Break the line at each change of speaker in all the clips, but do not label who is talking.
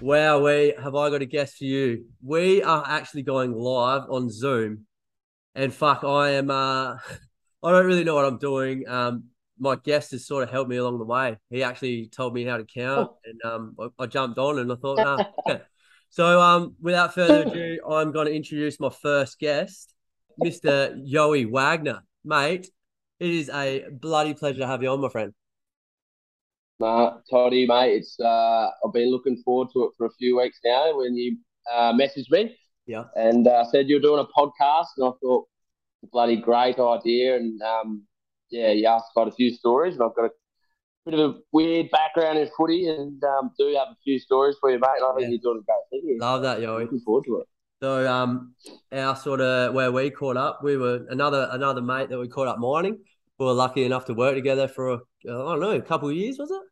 Wow, we have I got a guest for you. We are actually going live on Zoom, and fuck, I am. Uh, I don't really know what I'm doing. Um, my guest has sort of helped me along the way. He actually told me how to count, and um, I, I jumped on and I thought, nah, okay. so um, without further ado, I'm going to introduce my first guest, Mr. Yoey Wagner, mate. It is a bloody pleasure to have you on, my friend.
Nah, Toddy, mate, it's uh, I've been looking forward to it for a few weeks now. When you uh, messaged me,
Yeah.
and uh, said you're doing a podcast, and I thought bloody great idea, and um, yeah, you asked quite a few stories, and I've got a bit of a weird background in footy, and um, do have a few stories for you, mate. And I think
Yeah.
you're doing a great thing. Here.
Love that,
I'm
Yoey.
looking forward to it.
So um, our sort of where we caught up, we were another another mate that we caught up mining. We were lucky enough to work together for a, I don't know a couple of years, was it?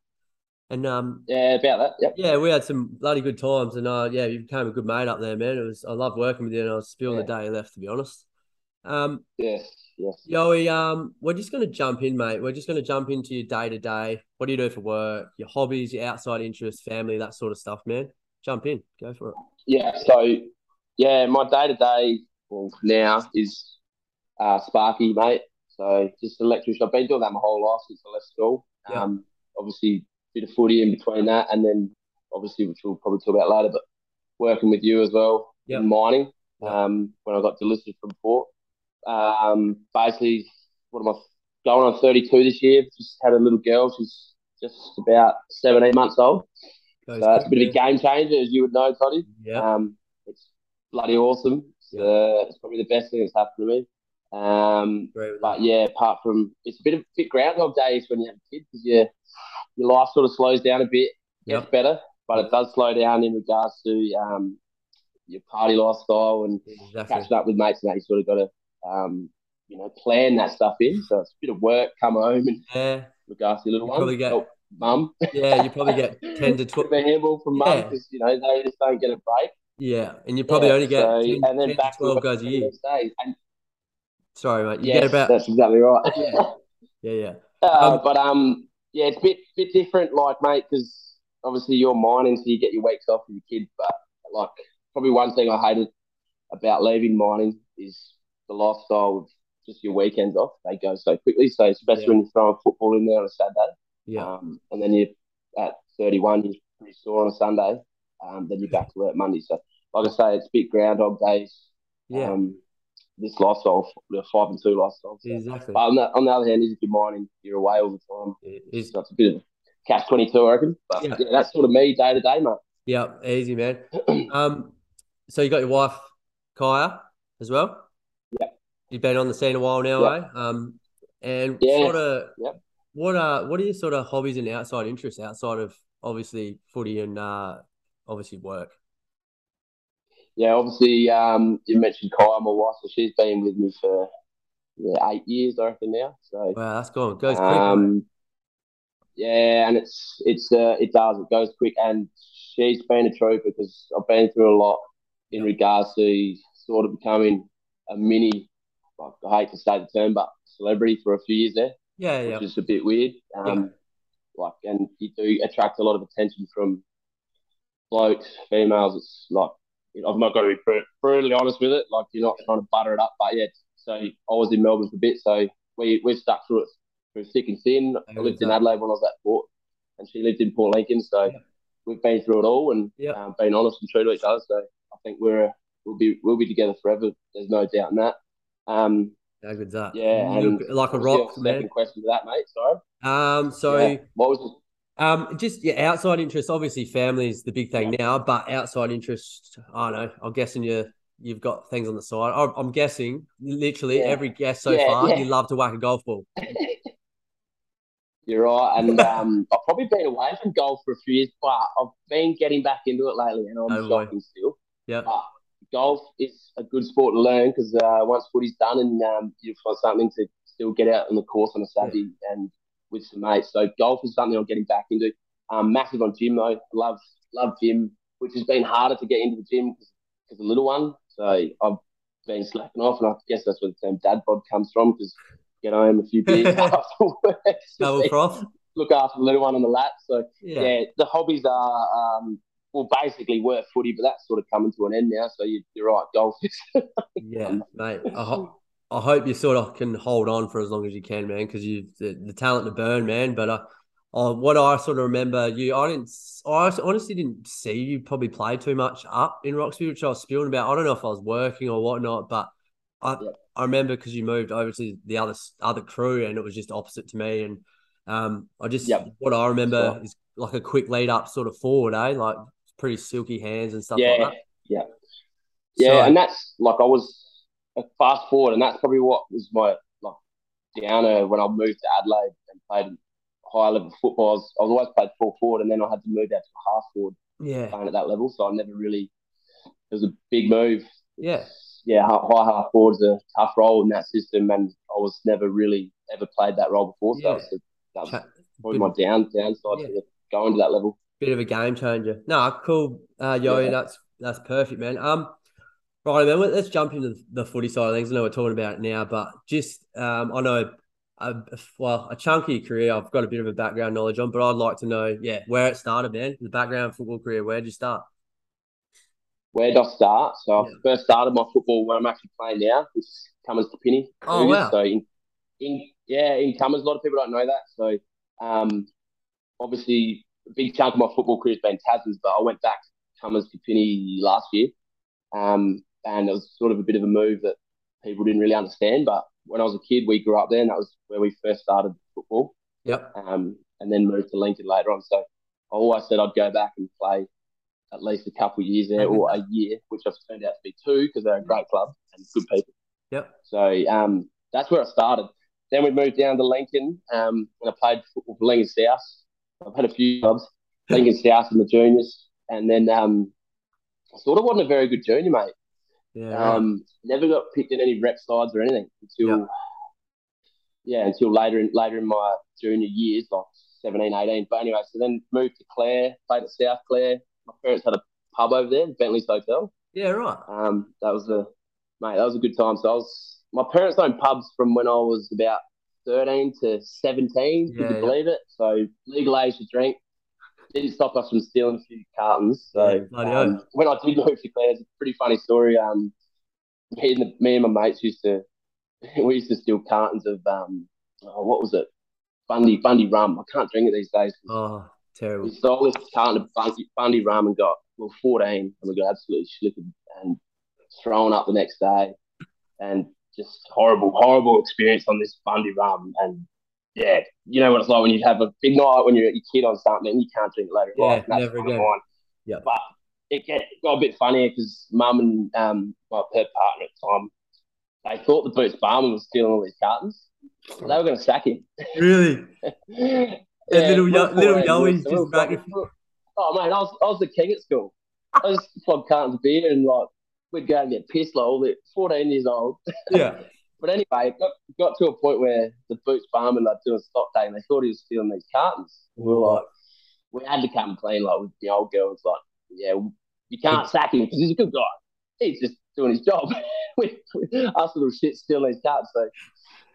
And um,
Yeah, about that. Yep.
yeah, we had some bloody good times, and uh, yeah, you became a good mate up there, man. It was I loved working with you, and I was spilling the day left to be honest. Um,
Yes. Yes.
Yoey, um, we're just gonna jump in, mate. We're just gonna jump into your day to day. What do you do for work? Your hobbies, your outside interests, family, that sort of stuff, man. Jump in, go for it.
Yeah. So, yeah, my day to day now is uh, Sparky, mate. So just an electrician. I've been doing that my whole life since I left school.
Yeah.
Um, obviously bit of footy in between that, and then obviously which we'll probably talk about later, but working with you as well
Yeah.
in mining.
Yeah.
Um, when I got delisted from port. Um, basically, what am I going on 32 this year? Just had a little girl. She's just about 17 months old.
Goes
So that's a
quick,
bit of a
man.
game changer, as you would know, Toddy.
Yeah,
Um, it's bloody awesome. It's,
Yeah.
uh, it's probably the best thing that's happened to me. Um,
great with that.
but yeah, apart from it's a bit of bit groundhog days when you have a kid because your your life sort of slows down a bit. Gets
Yep.
better, but it does slow down in regards to um, your party lifestyle and
Exactly.
catching up with mates and that. You sort of got to um, you know plan that stuff in. So it's a bit of work. Come home and
Yeah,
look after your little
You
one.
probably get-
help mum.
yeah. You probably get ten to
Bit of
twelve.
a handball from mum
Yeah.
because you know they just don't get a break.
Yeah, and you probably
Yeah,
only get
so-
10,
and then
10
back
to
to
twelve
work
guys a
the
year.
next day. And
Sorry, mate. You
yes,
get about
that's exactly right.
yeah, yeah, yeah.
Uh,
Um,
but um, yeah, it's a bit bit different, like mate, because obviously you're mining, so you get your weeks off with your kid. But like, probably one thing I hated about leaving mining is the lifestyle of just your weekends off. They go so quickly, so especially
Yeah.
when you throw football in there on a Saturday,
Yeah,
um, and then you are at 31, you're pretty sore on a Sunday. Um, then you're back to work Monday. So, like I say, it's a bit groundhog days.
yeah,
Um, this lifestyle, the five and two lifestyle. So.
exactly.
But on the, on the other hand, is if you're mining, you're away all the time.
It
It's
is-
that's a bit of catch twenty two, I reckon. But
Yeah.
yeah. that's sort of me day to day, mate.
yeah, easy, man. Um, so you got your wife Kaya as well.
Yeah.
You've been on the scene a while now,
Yeah.
eh? Um, and
Yeah.
sort of
Yeah.
what are what are your sort of hobbies and outside interests outside of obviously footy and uh obviously work?
Yeah, obviously, um, you mentioned Kyle, my wife, so she's been with me for yeah, eight years, I reckon now. So,
Wow, that's gone goes quick. mate.
um, yeah, and it's it's uh, it does it goes quick, and she's been a trooper because I've been through a lot in regards to sort of becoming a mini. Like, I hate to say the term, but celebrity for a few years there.
Yeah, yeah,
which is a bit weird. Um, Like, and you do attract a lot of attention from blokes, females. It's like I've not got to be br- brutally honest with it. Like, you're not trying to butter it up, but yeah. So I was in Melbourne for a bit, so we we stuck through it through thick and thin. I
How
lived
was
in
that?
Adelaide when I was at Port, and she lived in Port Lincoln. So
Yeah.
we've been through it all and
Yeah.
um, been honest and true to each other. So I think we're we'll be we'll be together forever. There's no doubt in that. Um,
how good's that?
yeah,
You're
and
like a rock,
Second
man.
question to that, mate. Sorry.
Um, so
Yeah. What was it?
um, just yeah, outside interests. Obviously, family is the big thing now, but outside interests, I don't know. I'm guessing you you've got things on the side. I'm, I'm guessing literally
Yeah.
every guest so
Yeah,
far,
yeah.
you love to whack a golf ball.
You're right, and um, I've probably been away from golf for a few years, but I've been getting back into it lately, and I'm
Oh, boy.
shocking still.
Yeah,
But golf is a good sport to learn because uh, once footy's done, and um, you've got something to still get out on the course on a Saturday and with some mates. So golf is something I'm getting back into. Um, massive on gym though. Love love gym, which has been harder to get into the gym because the little one. So I've been slacking off, and I guess that's where the term dad bod comes from because get home a few beers after work.
double froth.
look after the little one on the lap. So yeah,
Yeah,
the hobbies are um, well, basically were footy, but that's sort of coming to an end now. So you, you're right, golf is.
yeah, mate. I, ho- I hope you sort of can hold on for as long as you can, man, because you the, the talent to burn, man. But I, uh, what I sort of remember you, I didn't, I honestly didn't see you probably play too much up in Roxby, which I was spewing about. I don't know if I was working or whatnot, but I,
Yeah.
I remember because you moved over to the other other crew and it was just opposite to me, and um, I just
Yeah.
what I remember
Right.
is like a quick lead up sort of forward, eh? Like pretty silky hands and stuff like
yeah,
that.
yeah,
So,
yeah. and that's like I was uh, fast forward, and that's probably what was my like downer when I moved to Adelaide and played high level football. I was, I was always played full forward, and then I had to move out to half forward
yeah,
playing at that level. So I never really it was a big move.
yeah,
Yeah, hi- high half forward's a tough role in that system, and I was never really ever played that role before. So
Yeah.
that was, that was
Cha-
probably my down downside
Yeah.
to going to that level.
bit of a game changer. No, cool, uh, yo,
Yeah.
that's that's perfect, man. Um, right, man, let- let's jump into the, the footy side of things. I know we're talking about it now, but just um, I know, uh, well, a chunky career. I've got a bit of a background knowledge on, but I'd like to know, yeah, where it started, man. The background football career. Where'd you start?
Where did I start? So I
Yeah.
first started my football when I'm actually playing now, which is Cummins to Pinny.
Oh, wow.
So in, in yeah, in Cummins, a lot of people don't know that. So um, obviously a big chunk of my football career has been Tasman's, but I went back to Cummins to Pinny last year, um, and it was sort of a bit of a move that people didn't really understand. But when I was a kid, we grew up there, and that was where we first started football
Yep.
um, and then moved to Lincoln later on. So I always said I'd go back and play at least a couple of years there or a year, which I've turned out to be two because they're a great club and good people.
Yep.
So um, that's where I started. Then we moved down to Lincoln um, and I played football for Lincoln South. I've had a few clubs, Lincoln South and the juniors. And then um, I sort of wasn't a very good junior, mate.
Yeah. right.
Um, never got picked in any rep sides or anything until yeah, until later in later in my junior years, like 17, 18. But anyway, so then moved to Clare, played at South Clare. My parents had a pub over there, Bentley's Hotel.
yeah. Right.
Um, that was a mate, that was a good time. So I was my parents owned pubs from when I was about thirteen to seventeen,
Yeah,
if you
yeah.
believe it. So legal age to drink. Didn't stop us from stealing a few cartons.
Yeah,
So
bloody
um, when I did move to Clare, it's a pretty funny story. Um, me and, the, me and my mates used to we used to steal cartons of um, oh, what was it? Bundy Bundy rum. I can't drink it these days.
Oh, terrible.
We stole this carton of Bundy, Bundy rum and got we were 14 and we got absolutely slipped and thrown up the next day and just horrible, horrible experience on this Bundy rum. And yeah, you know what it's like when you have a big night when you're a kid on something and you can't drink it later. in
Yeah,
life, and that's
never
kind of
again.
mine.
Yeah.
But it get, got a bit funnier because mum and um, my her partner at the time, they thought the Boots barman was stealing all these cartons. So they were going to sack him.
Really?
Yeah,
little
we
yo-
were
little
fourteen,
yowies
we were-
just back-
we were- Oh man, I was I was the king at school. I was flogged cartons of beer and like we'd go and get pissed like all the fourteen years old.
Yeah.
But anyway, it got got to a point where the boots barman like doing a stock day and they thought he was stealing these cartons. We were like, we had to come clean like with the old girls like, yeah, you can't sack him because he's a good guy. He's just doing his job. we, we, us little shit stealing his cartons. So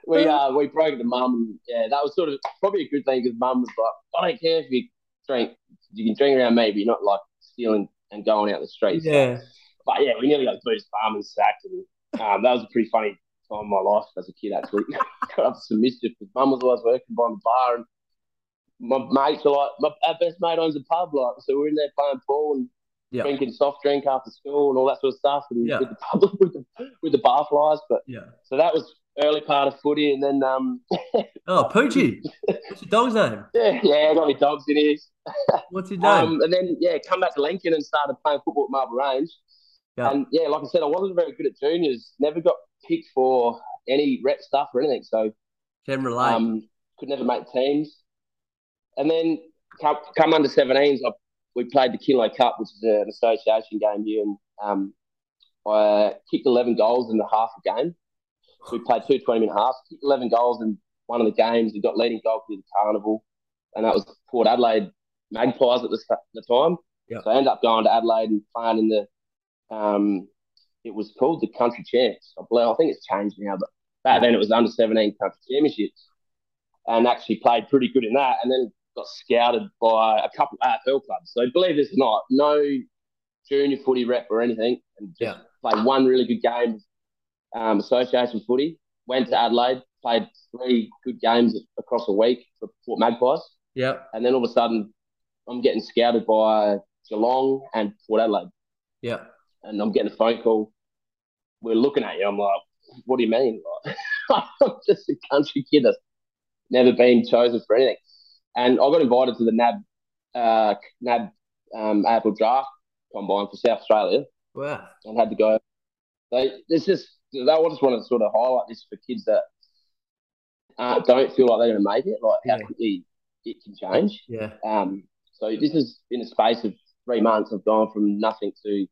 we uh we broke the mum. Yeah, that was sort of probably a good thing because mum was like, I don't care if you drink, you can drink around me, but you're not like stealing and going out the streets.
Yeah.
But yeah, we nearly got boost farm and sacked. And, um, that was a pretty funny time in my life as a kid, actually. got up to some mischief because mum was always working behind the bar and my mates are like, my, our best mate owns a pub, like, so we're in there playing pool and
Yeah.
drinking soft drink after school and all that sort of stuff and
Yeah.
with, the pub, with, the, with the bar flies. But
Yeah.
so that was early part of footy and then, um,
Oh, Poochie. What's your dog's name?
yeah, yeah, I got my dogs in here.
What's his name?
Um, and then, yeah, come back to Lincoln and started playing football at Marble Range.
Yeah.
And yeah, like I said, I wasn't very good at juniors. Never got picked for any rep stuff or anything. So
Can relate.
um, could never make teams. And then come, come under 17s, I, we played the Kilo Cup, which is an association game here. And um, I kicked 11 goals in the half a game. We played two 20 minute halves, kicked 11 goals in one of the games. We got leading goal for the carnival. And that was Port Adelaide Magpies at the, st- the time.
Yeah.
So I ended up going to Adelaide and playing in the, um, it was called the Country Champs. I, believe, I think it's changed now, but back then it was under 17 Country Championships and actually played pretty good in that. And then got scouted by a couple of AFL clubs. So believe it or not, no junior footy rep or anything, and just
Yeah.
played one really good game um, association footy. Went to Adelaide, played three good games across a week for Port Magpies,
Yeah.
and then all of a sudden, I'm getting scouted by Geelong and Port Adelaide,
Yeah.
and I'm getting a phone call. We're looking at you. I'm like, what do you mean? Like, I'm just a country kid that's never been chosen for anything. And I got invited to the NAB uh, NAB um, Apple Draft Combine for South Australia
Wow.
and had to go. They this is I just want to sort of highlight this for kids that uh, don't feel like they're going to make it, like
Yeah.
how quickly it can change.
Yeah.
Um, so this is in a space of three months. I've gone from nothing to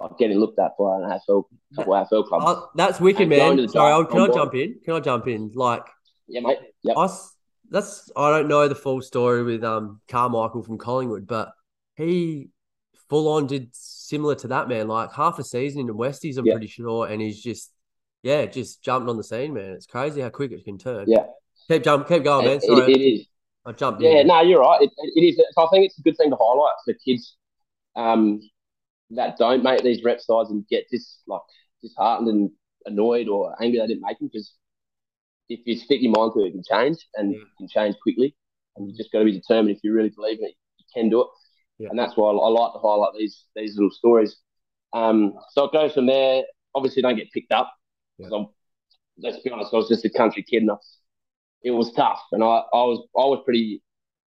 like, getting looked at by an AFL couple AFL clubs.
Uh, that's wicked,
I'm going to
man.
the
Sorry, I'll,
dark
can I
combo.
jump in? Can I jump in? Like,
yeah, mate. Yep.
I s- that's I don't know the full story with um Carmichael from Collingwood, but he full on did similar to that man, like half a season in the Westies, I'm
Yeah.
pretty sure, and he's just yeah, just jumped on the scene, man. It's crazy how quick it can turn.
Yeah.
keep jump, keep going, man.
It-
Sorry,
it is.
I jumped in.
Yeah, no, you're right. It, it is. So I think it's a good thing to highlight for kids um, that don't make these rep sides and get dis like disheartened and annoyed or angry they didn't make them because if you stick your mind to it, it can change and
Yeah.
it can change quickly. And you just got to be determined if you really believe in it, you can do it.
Yeah.
And that's why I, I like to highlight these these little stories. Um, so it goes from there. Obviously, don't get picked up. 'cause I'm, let's be honest, I was just a country kid, and I, it was tough. And I, I was I was pretty.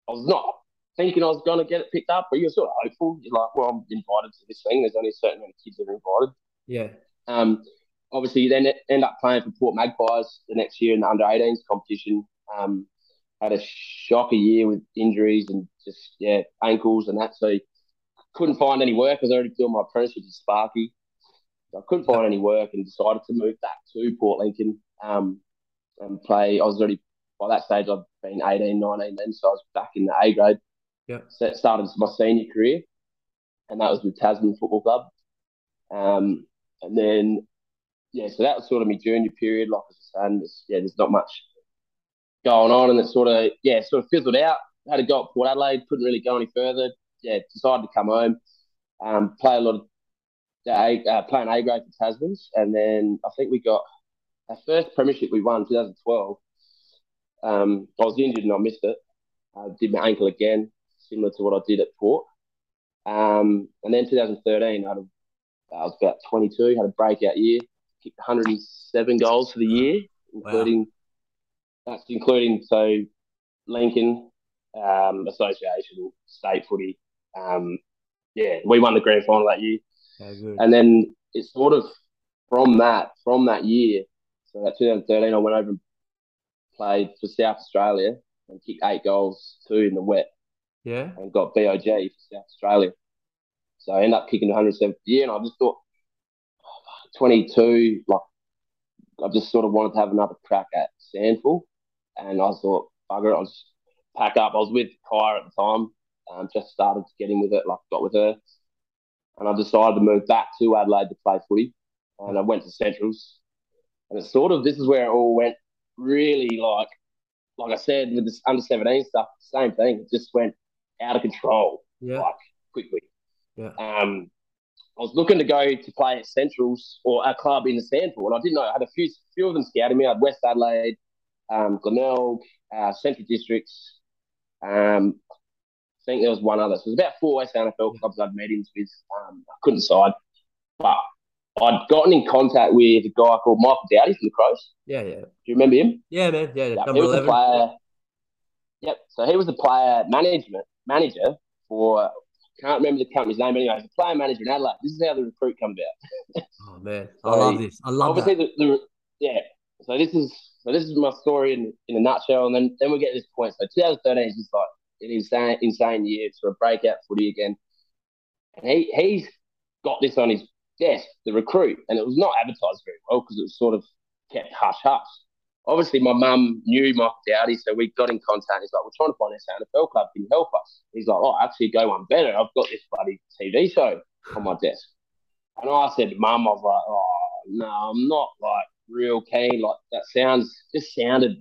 I was not thinking I was going to get it picked up, but you're sort of hopeful. You're like, well, I'm invited to this thing. There's only a certain amount of kids that are invited.
yeah,
Um, obviously, you then end up playing for Port Magpies the next year in the under 18s competition. Um, had a shocker year with injuries and just, yeah, ankles and that. So couldn't find any work. I was already doing my apprenticeship at Sparky. So I couldn't find any work and decided to move back to Port Lincoln um, and play. I was already, by that stage, I'd been 18, 19 then. So I was back in the A grade.
Yeah.
So it started my senior career. And that was with Tasman Football Club. Um, and then, yeah, so that was sort of my junior period. Like I was saying, it's, yeah, there's not much going on, and it sort of yeah, sort of fizzled out. Had a go at Port Adelaide, couldn't really go any further. Yeah, decided to come home, um, play a lot of uh, uh, playing A grade for Tasman's, and then I think we got our first premiership we won in 2012. Um, I was injured and I missed it. I did my ankle again, similar to what I did at Port. Um, and then 2013, I had a I was about 22, had a breakout year, kicked 107 goals for the year, including that's including so Lincoln um, Association state footy. Um, yeah, we won the grand final that year,
how good.
and then it's sort of from that from that year. So that 2013, I went over and played for South Australia and kicked eight goals, two in the wet
yeah,
and got BOG for South Australia. So I ended up kicking 107th year, and I just thought, oh, 22, like, I just sort of wanted to have another crack at Sandful. And I thought, bugger it, I'll just pack up. I was with Kyra at the time, um, just started getting with it, like, got with her. And I decided to move back to Adelaide to play footy. And I went to Centrals. And it's sort of, this is where it all went really like, like I said, with this under 17 stuff, same thing. It just went out of control
yeah,
like quickly.
Yeah.
Um, I was looking to go to play at Centrals or a club in Sandford, and I didn't know. I had a few few of them scouting me. I had West Adelaide, um, Glenelg, uh, Central Districts. Um, I think there was one other. So it was about four West NFL clubs I'd meetings with. Um, I couldn't decide, but I'd gotten in contact with a guy called Michael Dowdy from the Crows.
yeah, yeah,
Do you remember him?
yeah, man. Yeah,
Yeah,
number
he was a
eleven.
player. Yep. So he was a player management manager for can't remember the company's name, but anyway, he was a player manager in Adelaide. This is how the recruit comes out.
Oh man, I
So,
love this. I love
Obviously,
that.
the, the yeah. So this is so this is my story in, in a nutshell, and then then we get to this point. So 2013 is just like an insane insane year. It's sort of breakout footy again, and he he's got this on his desk, the recruit, and it was not advertised very well because it was sort of kept hush hush. Obviously, my mum knew Michael Dowdy, so we got in contact. He's like, "We're trying to find this NFL club. Can you help us?" He's like, "Oh, actually, go one better. I've got this bloody TV show on my desk." And I said to mum, "I was like, oh no, I'm not like real keen. Like that sounds just sounded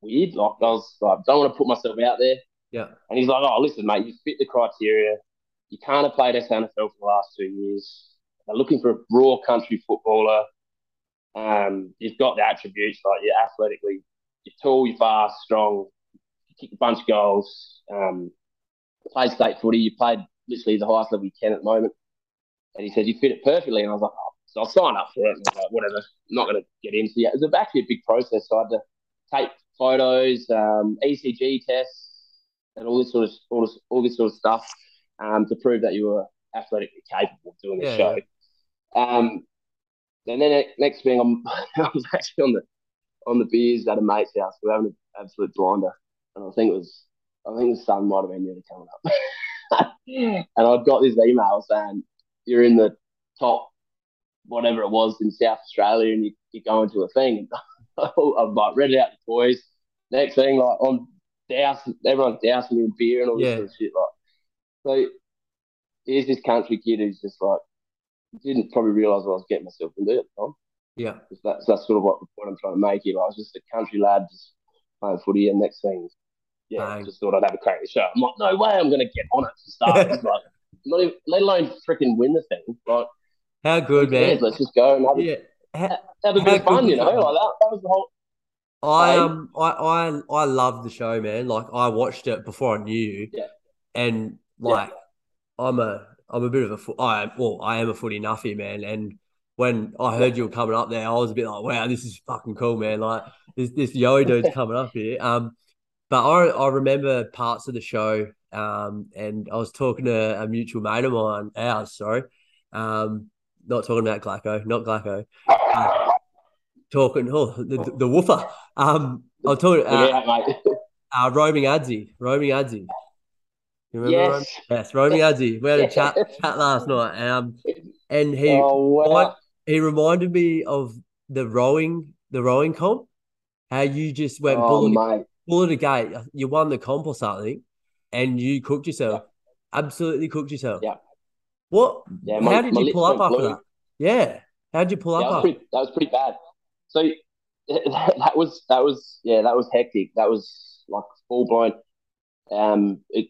weird. Like I was like, don't want to put myself out there."
Yeah.
And he's like, oh, listen, mate, you fit the criteria. You can't have played SNFL for the last two years. They're looking for a raw country footballer. Um, you've got the attributes, like you're athletically, you're tall, you're fast, strong, you kick a bunch of goals, um, played state footy, you played literally the highest level you can at the moment. And he said, you fit it perfectly. And I was like, oh, so I'll sign up for it. And I was like, whatever, I'm not going to get into it. It was actually a big process. So I had to take photos, um, ECG tests, and all this sort of all this, all this sort of stuff um, to prove that you were athletically capable of doing the
Yeah,
show. Um, and then the next thing, I'm I was actually on the on the beers at a mate's house. We were having an absolute blinder, and I think it was I think the sun might have been nearly coming up. and I got this email saying you're in the top whatever it was in South Australia, and you, you're going to a thing. I've like read it out to boys. Next thing, like on douse, everyone's dousing me in beer and all
Yeah.
this sort of shit. Like, so here's this country kid who's just like didn't probably realise what I was getting myself into at the time.
Yeah.
Because That's that's sort of what the point I'm trying to make here. Like, I was just a country lad just playing footy, and next thing, yeah,
Bang.
just thought I'd have a crack at the show. I'm like, no way, I'm going to get on it to start. It's like, not even, let alone freaking win the thing. Like,
How good,
who cares?
man.
let's just go and have, a-
Yeah.
have a
How
bit of fun,
good
you
is that?
know. Like that, that was the whole.
I
Hey.
um I I I loved the show, man. Like I watched it before I knew you,
Yeah.
and
Yeah.
like I'm a I'm a bit of a fo- I well I am a footy nuffy, man. And when I heard you were coming up there, I was a bit like, wow, this is fucking cool, man. Like this this yo dude's coming up here. Um, but I I remember parts of the show. Um, and I was talking to a mutual mate of mine, ours, sorry. Um, not talking about Glacco, not Glacco talking. Oh, the, the woofer. Um, I was talking uh,
yeah, mate.
uh, roaming Adzi, roaming Adzi. You remember
yes.
Roaming? Yes, roaming Adzi. We had a chat
Yes.
chat last night, um, and he
oh wow.
he reminded me of the rowing the rowing comp. How you just went
Oh,
bullet
mate.
bullet a gate. You won the comp or something, and you cooked yourself. Absolutely cooked yourself.
Yeah.
What?
Yeah,
how
my-
did
my
you
lips
pull up
went
after
blue.
that? Yeah. How'd you pull
Yeah,
up
that was
after?
pretty. That was pretty bad. So that was that was yeah that was hectic. That was like full blown. Um, it,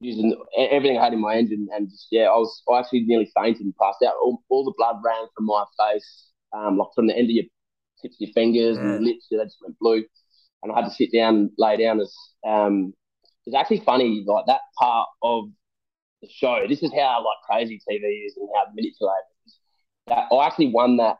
using e- everything I had in my engine and just yeah, I was I actually nearly fainted and passed out. All, all the blood ran from my face, um, like from the end of your tips of your fingers and your
Yeah.
lips. Yeah, they just went blue, and I had to sit down, and lay down. As um, it's actually funny like that part of the show. This is how like crazy TV is and how manipulated. It is. That I actually won that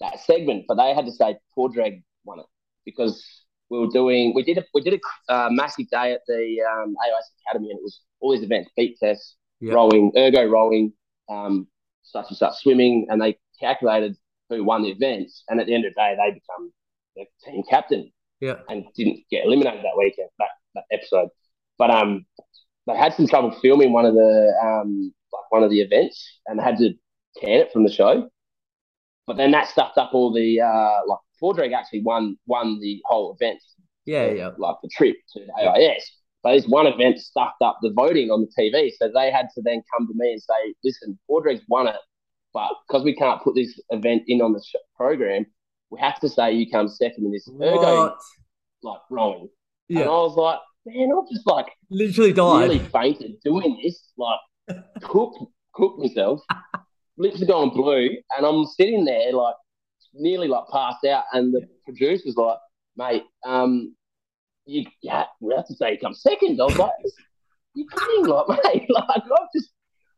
that segment, but they had to say poor drag won it because we were doing we did a we did a uh, massive day at the um, AIS Academy and it was all these events beat tests
Yeah.
rowing ergo rowing um, such and such swimming and they calculated who won the events and at the end of the day they become the team captain
Yeah.
and didn't get eliminated that weekend that, that episode but um they had some trouble filming one of the um like one of the events and had to can it from the show but then that stuffed up all the uh like Fordrag actually won won the whole event
Yeah, yeah.
like the trip to the AIS. But this one event stuffed up the voting on the TV, so they had to then come to me and say, "Listen, Audrey's won it, but because we can't put this event in on the sh- program, we have to say you come second in this ergo
What?
like rowing." And I
Yeah.
was like, "Man, I'm just like
Literally died.
nearly fainted doing this, like cooked cooked myself, lips are going blue, and I'm sitting there like nearly like passed out, and the producer's like, mate, um, you yeah, we have to say you come second. I was like, you're kidding, like mate, like I've just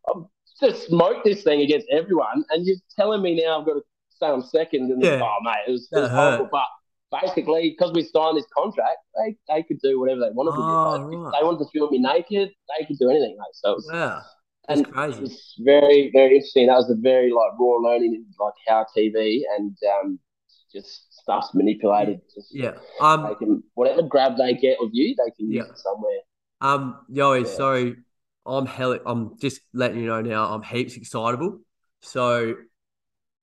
I've just smoked this thing against everyone, and you're telling me now I've got to say I'm second, and
Yeah.
oh mate, it was, it
That
was
hurt.
horrible, but. Basically, because we signed this contract, they, they could do whatever they wanted. with
Oh,
it. If
right.
They wanted to film me naked. They could do anything, mate. So it was,
Wow, that's
and
crazy.
it's very, very interesting. That was a very like raw learning in like how TV and um, just stuff's manipulated. Just
Yeah.
they
Um.
can whatever grab they get of you, they can use
Yeah.
it somewhere.
Um. Yo.
Yeah.
So I'm hell. I'm just letting you know now. I'm heaps excitable. So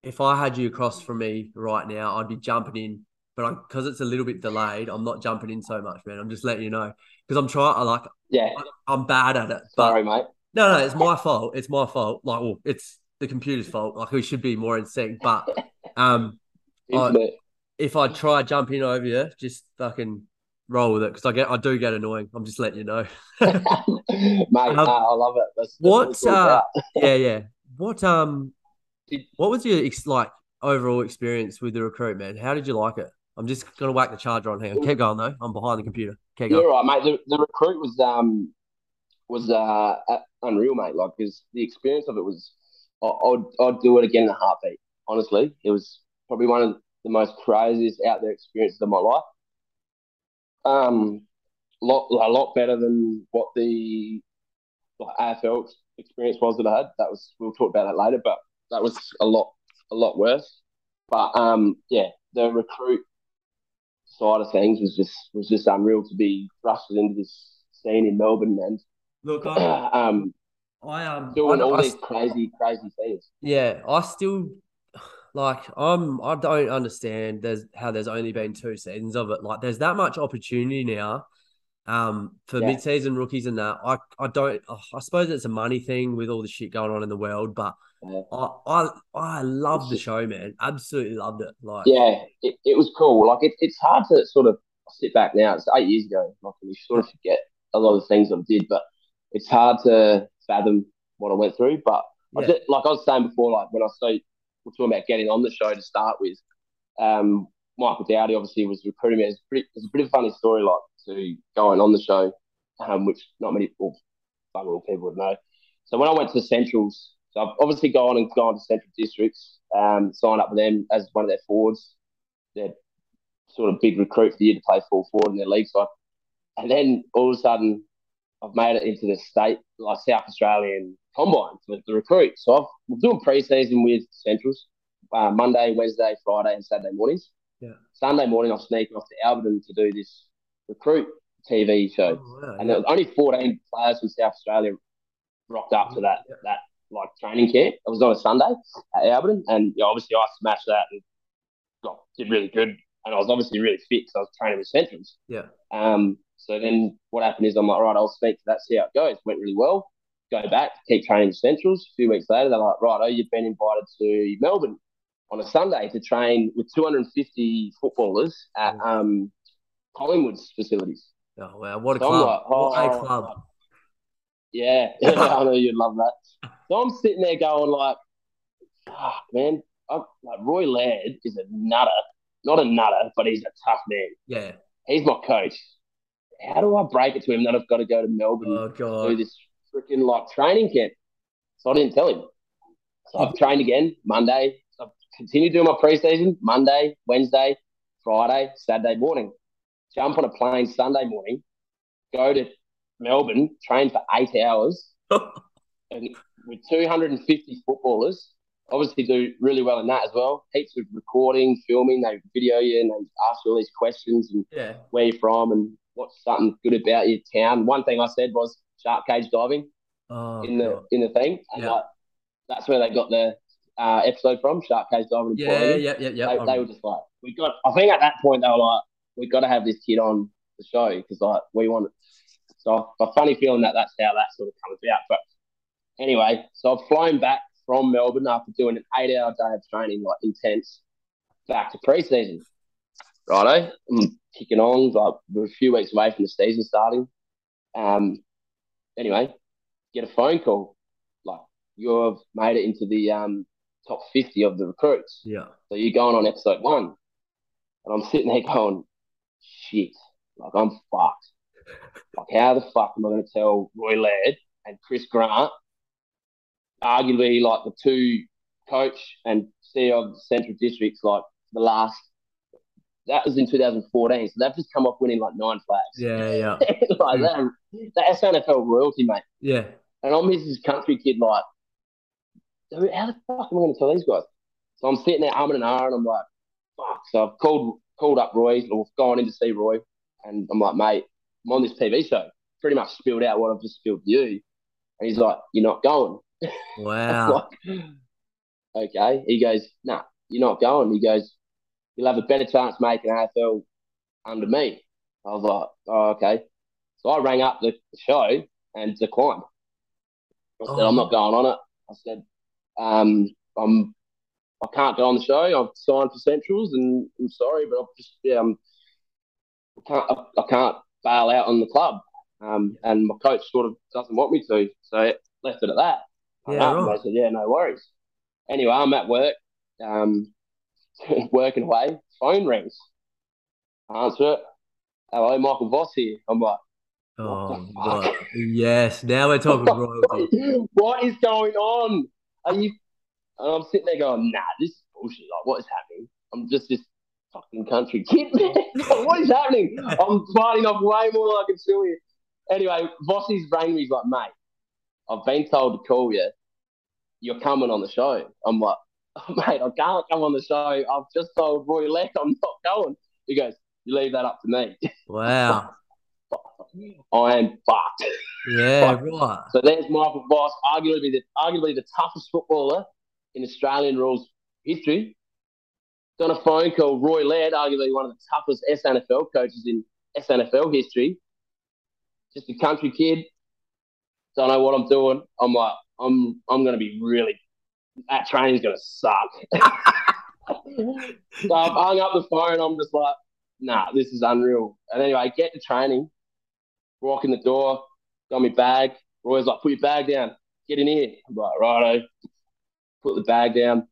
if I had you across from me right now, I'd be jumping in. But I, because it's a little bit delayed, I'm not jumping in so much, man. I'm just letting you know because I'm trying. I like.
Yeah,
I'm bad at it. But
sorry, mate.
No, no, it's my fault. It's my fault. Like, well, it's the computer's fault. Like, we should be more in sync. But, um,
Internet.
if I try to jump in over you, just fucking roll with it because I get I do get annoying. I'm just letting you know.
Mate, no, I love it. That's, that's
what,
it's all
uh,
about.
yeah, yeah. What um,
Did-
what was your ex- like overall experience with the recruit, man? How did you like it? I'm just gonna whack the charger on. Hang on, keep going though. I'm behind the computer. Keep
You're
going.
all right, mate. The, the recruit was um was uh uh, unreal, mate. Like, because the experience of it was, I- I'd I'd do it again in a heartbeat. Honestly, it was probably one of the most craziest out there experiences of my life. Um, lot a lot better than what the like, AFL ex- experience was that I had. That was we'll talk about that later, but that was a lot a lot worse. But um, yeah, the recruit side of things was just was just unreal to be thrusted into this scene in Melbourne and
Look,
um,
Uh, I um,
doing all these crazy crazy things.
Yeah, I still like I'm I don't understand there's how there's only been two seasons of it. Like there's that much opportunity now um for
Yeah.
mid-season rookies and that. I I don't oh, I suppose it's a money thing with all the shit going on in the world, but
Yeah.
I I I love the show, man. Absolutely loved it. Like
Yeah, it, it was cool. Like it, it's hard to sort of sit back now. It's eight years ago. Like and you sort of forget a lot of things that I did, but it's hard to fathom what I went through. But I
Yeah.
did, like I was saying before, like when I say we're talking about getting on the show to start with, um, Michael Dowdy obviously was recruiting me. It's pretty, it's a pretty funny story, like to going on the show, um, which not many well, not all people would know. So when I went to Centrals, so I've obviously gone and gone to Central Districts, um, signed up with them as one of their forwards. They're sort of big recruit for the year to play full forward in their league side. And then all of a sudden, I've made it into the state, like South Australian combine for the recruit. So I've, I'm doing pre-season with Centrals, uh, Monday, Wednesday, Friday, and Saturday mornings.
Yeah.
Sunday morning, I'm sneaking off to Alberton to do this recruit TV show.
oh, wow,
And
yeah.
there was only 14 players from South Australia rocked up to that
Yeah.
that like training camp. It was on a Sunday at Alberton, and yeah, obviously I smashed that and got, did really good. And I was obviously really fit because I was training with Centrals.
Yeah.
Um. So then what happened is I'm like, right, I'll speak to that, see how it goes. Went really well. Go back, keep training with Centrals. A few weeks later, they're like, right, oh, you've been invited to Melbourne on a Sunday to train with 250 footballers at
Mm.
um, Collingwood's facilities.
Oh, wow, what a
So I'm
club.
like,
what
oh,
a club.
Yeah, I know you'd love that. So I'm sitting there going like, "Fuck, man, I'm, like Roy Laird is a nutter, not a nutter, but he's a tough man.
Yeah.
He's my coach. How do I break it to him that I've got to go to Melbourne
Oh
to do
god.
this freaking like training camp?" So I didn't tell him. So I've trained again Monday. I've continued doing my preseason Monday, Wednesday, Friday, Saturday morning. Jump on a plane Sunday morning, go to Melbourne, train for eight hours and with 250 footballers, obviously do really well in that as well. Heaps of recording, filming, they video you and they ask you all these questions and
yeah.
where you're from and what's something good about your town. One thing I said was shark cage diving
Oh,
in the
God.
in the thing, and
Yeah.
like, that's where they got the uh, episode from shark cage diving. in
yeah,
Polygon.
yeah, yeah, Oh, yeah.
They, they were just like, we got. I think at that point they were like, we got to have this kid on the show because like we want. So a funny feeling that that's how that sort of comes out. But anyway, so I've flown back from Melbourne after doing an eight-hour day of training, like intense, back to preseason. Righto, I'm kicking on. Like we're a few weeks away from the season starting. Um, anyway, get a phone call. Like you've made it into the um top fifty of the recruits.
yeah.
So you're going on episode one, and I'm sitting there going, shit, like I'm fucked. Like, how the fuck am I going to tell Roy Laird and Chris Grant, arguably like the two coach and CEO of the Central Districts, like the last, that was in 2014. So they've just come off winning like nine flags.
Yeah, yeah.
like that, that's NFL royalty, mate.
Yeah.
And I'm this country kid, like, dude, how the fuck am I going to tell these guys? So I'm sitting there umming and ahhing, and I'm like, fuck. So I've called called up Roy, or gone in to see Roy, and I'm like, mate, I'm on this TV show. Pretty much spilled out what I've just spilled to you. And he's like, you're not going.
Wow.
I'm like, okay. He goes, nah, you're not going. He goes, you'll have a better chance making AFL under me. I was like, oh, okay. So I rang up the the show and declined. I said,
Oh.
I'm not going on it. I said, um, I'm, I can't go on the show. I've signed for Centrals and I'm sorry, but I've just, yeah, I'm can't, I, I can't bail out on the club. Um, and my coach sort of doesn't want me to, so it left it at that. I
Yeah,
hung up, and
right.
I said, yeah, no worries. Anyway, I'm at work, um, working away. Phone rings. I answer it. Hello, Michael Voss here. I'm like,
Oh,
What the
right. Yes. Now we're talking royalty.
what is going on? Are you? And I'm sitting there going, nah, this is bullshit. Like, what is happening? I'm just this fucking country kid. man. what is happening? I'm fighting off way more than I can chew here. Anyway, Vossy's rang me. He's like, mate, I've been told to call you. You're coming on the show. I'm like, mate, I can't come on the show. I've just told Roy Leck I'm not going. He goes, you leave that up to me.
Wow.
I am fucked.
Yeah, right.
So there's Michael Voss, arguably the arguably the toughest footballer in Australian rules history. Got a phone call, Roy Laird, arguably one of the toughest SNFL coaches in SNFL history. Just a country kid, don't know what I'm doing. I'm like, I'm I'm gonna be really that training's gonna suck. so I've hung up the phone. I'm just like, nah, this is unreal. And anyway, I get to training, walk in the door, got my bag. Roy's like, put your bag down, get in here. I'm like, righto. Put the bag down,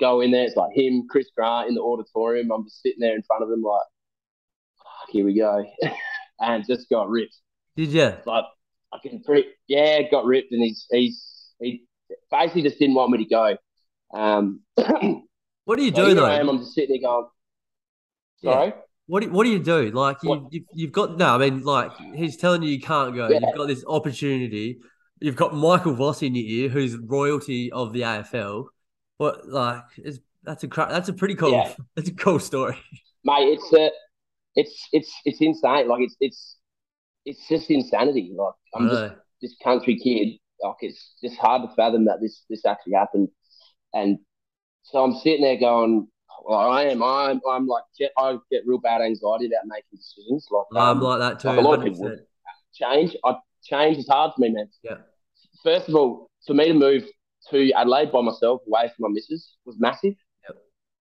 go in there. It's like him, Chris Grant in the auditorium. I'm just sitting there in front of him, like, "Fuck, here we go. and just got ripped.
Did you?
Like, I can pretty, yeah, got ripped. And he's, he's, he basically just didn't want me to go. Um,
What do you
so
do
here I am,
though?
I'm just sitting there going,
Yeah.
sorry.
What do you, what do you do? Like you,
What?
you you've got no. I mean, like he's telling you you can't go.
Yeah.
You've got this opportunity. You've got Michael Voss in your ear, who's royalty of the AFL. What like it's that's a cra- that's a pretty cool
Yeah.
that's a cool story.
mate. It's uh, it's it's it's insane. Like it's it's it's just insanity. Like
I
I'm just
know.
this country kid. Like it's just hard to fathom that this this actually happened. And so I'm sitting there going, well, I am. I'm I'm like jet, I get real bad anxiety about making decisions. Like
I'm
um,
like that too.
like a lot
100%.
of people. change. I change is hard for me, man.
Yeah.
First of all, for me to move to Adelaide by myself, away from my missus, was massive.
Yep.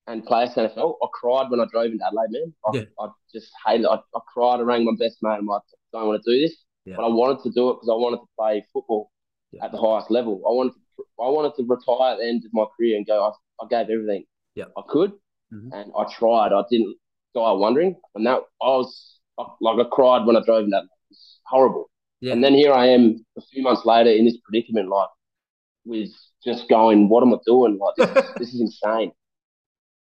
And play SNFL. I cried when I drove into Adelaide, man. I,
Yeah.
I just hated it. I, I cried. I rang my best mate. I'm like, I don't want to do this.
Yeah.
But I wanted to do it because I wanted to play football
Yeah.
at the highest level. I wanted to, I wanted to retire at the end of my career and go, I, I gave everything
Yeah.
I could.
Mhm.
And I tried. I didn't die wondering. And that I was like, I cried when I drove into Adelaide. It was horrible.
Yeah.
And then here I am a few months later in this predicament, like with just going, what am I doing? Like this, this is insane.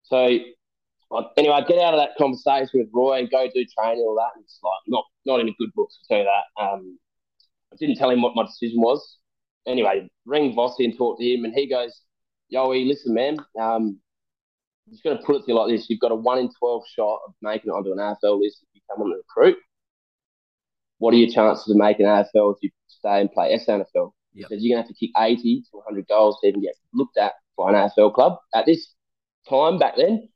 So I, anyway, I get out of that conversation with Roy and go do training and all that, and it's like not not in the good books to tell you that. Um, I didn't tell him what my decision was. Anyway, ring Vossi and talk to him, and he goes, "Yoey, listen, man, um, I'm just going to put it to you like this: you've got a one in twelve shot of making it onto an AFL list if you come on the recruit." what are your chances of making AFL if you stay and play SNFL? He
Yep.
says you're going to have to kick 80 to 100 goals to even get looked at by an AFL club. At this time back then,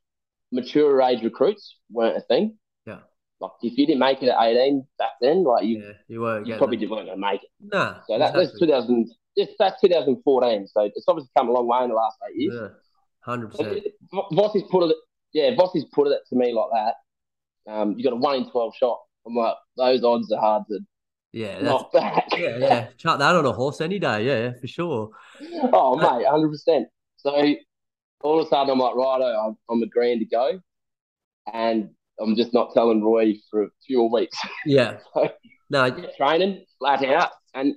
mature age recruits weren't a thing.
Yeah.
Like if you didn't make it at 18 back then, like you,
yeah, you won't
you
get probably
probably didn't weren't going to make it.
nah.
So that, that's
exactly.
2000. That's that's 2014. So it's obviously come a long way in the last eight years.
Yeah, hundred percent.
V- Voss has put it, yeah, Voss has put it to me like that. Um, you got a one in 12 shot. I'm like, those odds are hard to
Yeah, that's,
knock back.
yeah, yeah. Chuck that on a horse any day. Yeah, yeah, for sure.
Oh, mate, hundred percent. So all of a sudden, I'm like, righto, I'm, I'm agreeing to go, and I'm just not telling Roy for a few more weeks.
Yeah. No,
Training flat out, and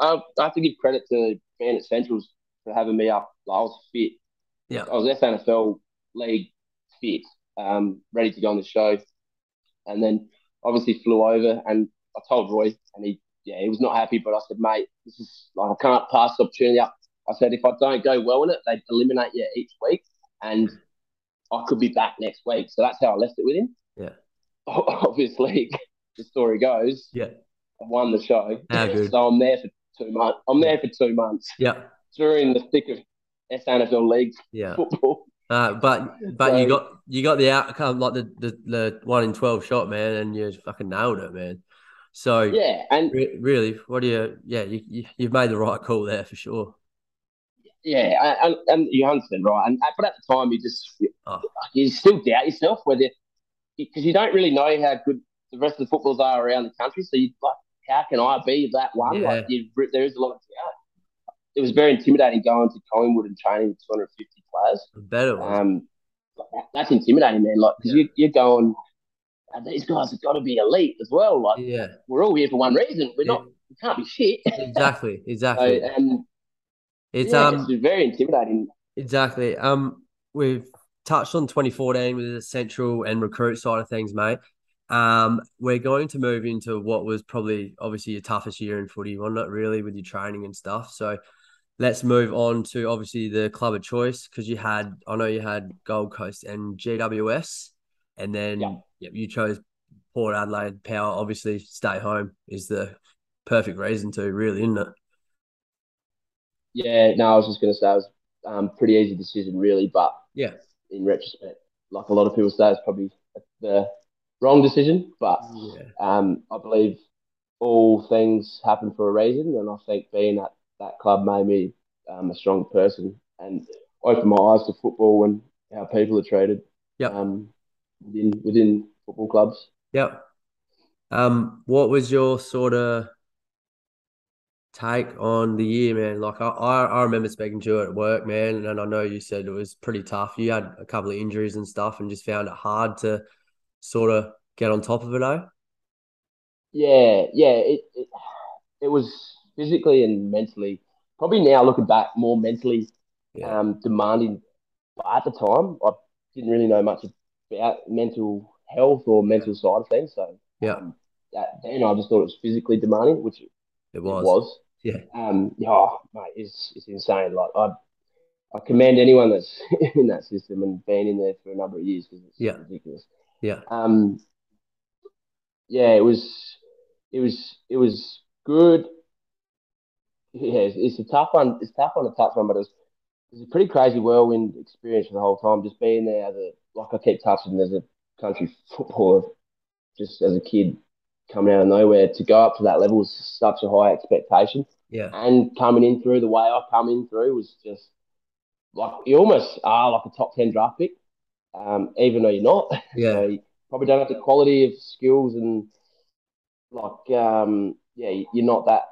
I, I have to give credit to Bandit Centrals for having me up. Like, I was fit.
Yeah.
I was SNFL league fit, um, ready to go on the show, and then obviously flew over, and I told Roy, and he, yeah, he was not happy, but I said, mate, this is like I can't pass the opportunity up. I said, if I don't go well in it, they eliminate you each week, and I could be back next week. So that's how I left it with him.
Yeah.
Obviously, the story goes.
Yeah.
I won the show.
How good.
So I'm there for two months. I'm there for two months
yeah,
during the thick of SNFL league
yeah.
football.
Uh, but but you
So-
got you got the outcome like the, the the one in twelve shot, man, and you fucking nailed it, man. So
Yeah, and
re- really, what do you? Yeah, you, you you've made the right call there for sure.
yeah, and, uh, and you understand, right? And but at the time, you just
Oh.
you still doubt yourself whether because you don't really know how good the rest of the footballs are around the country. So you like, how can I be that one?
Yeah.
Like, you, there is a lot of doubt. It was very intimidating going to Collingwood and training with 250 players.
I bet it was.
Um, like, that- that's intimidating, man. Like, because you, you're going, "Uh, these guys have got to be elite as well. Like,
yeah,
we're all here for one reason. We're not, we can't be shit.
exactly,
So,
exactly.
and
It's
yeah,
um,
it's very intimidating.
Exactly. Um, we've touched on 2014 with the central and recruit side of things, mate. Um, we're going to move into what was probably obviously your toughest year in footy, well, not really with your training and stuff. So let's move on to obviously the club of choice because you had, I know you had Gold Coast and GWS, and then
Yeah.
yep, you chose Port Adelaide Power. Obviously, stay home is the perfect reason to, really, isn't it?
Yeah, no, I was just going to say it was um, pretty easy decision, really. But
Yeah.
in retrospect, like a lot of people say, it's probably the wrong decision. But
Yeah.
um, I believe all things happen for a reason, and I think being at that club made me um, a strong person and opened my eyes to football and how people are treated.
Yep.
Um, within within football clubs.
Yep. Um, what was your sort of take on the year, man? Like I, I, I remember speaking to you at work, man, and I know you said it was pretty tough. You had a couple of injuries and stuff, and just found it hard to sort of get on top of it. Oh,
Yeah, yeah. It, it it was physically and mentally. Probably now looking back, more mentally
yeah,
um, demanding. But at the time, I didn't really know much about mental health or mental side of things. So
Yeah.
um, that, then I just thought it was physically demanding, which it
it
was.
was. Yeah.
Um, yeah, oh, mate, it's it's insane. Like I, I commend anyone that's in that system and been in there for a number of years because it's
Yeah.
ridiculous.
Yeah.
Um, yeah, it was, it was, it was good. Yeah, it's, it's a tough one. It's a tough one to touch on, but it was, it was a pretty crazy whirlwind experience for the whole time. Just being there as a, like I keep touching as a country footballer, just as a kid coming out of nowhere to go up to that level was such a high expectation
Yeah,
and coming in through the way I come in through was just like you almost are like a top ten draft pick, um, even though you're not.
yeah,
So you probably don't have the quality of skills and like um, yeah, you- you're not that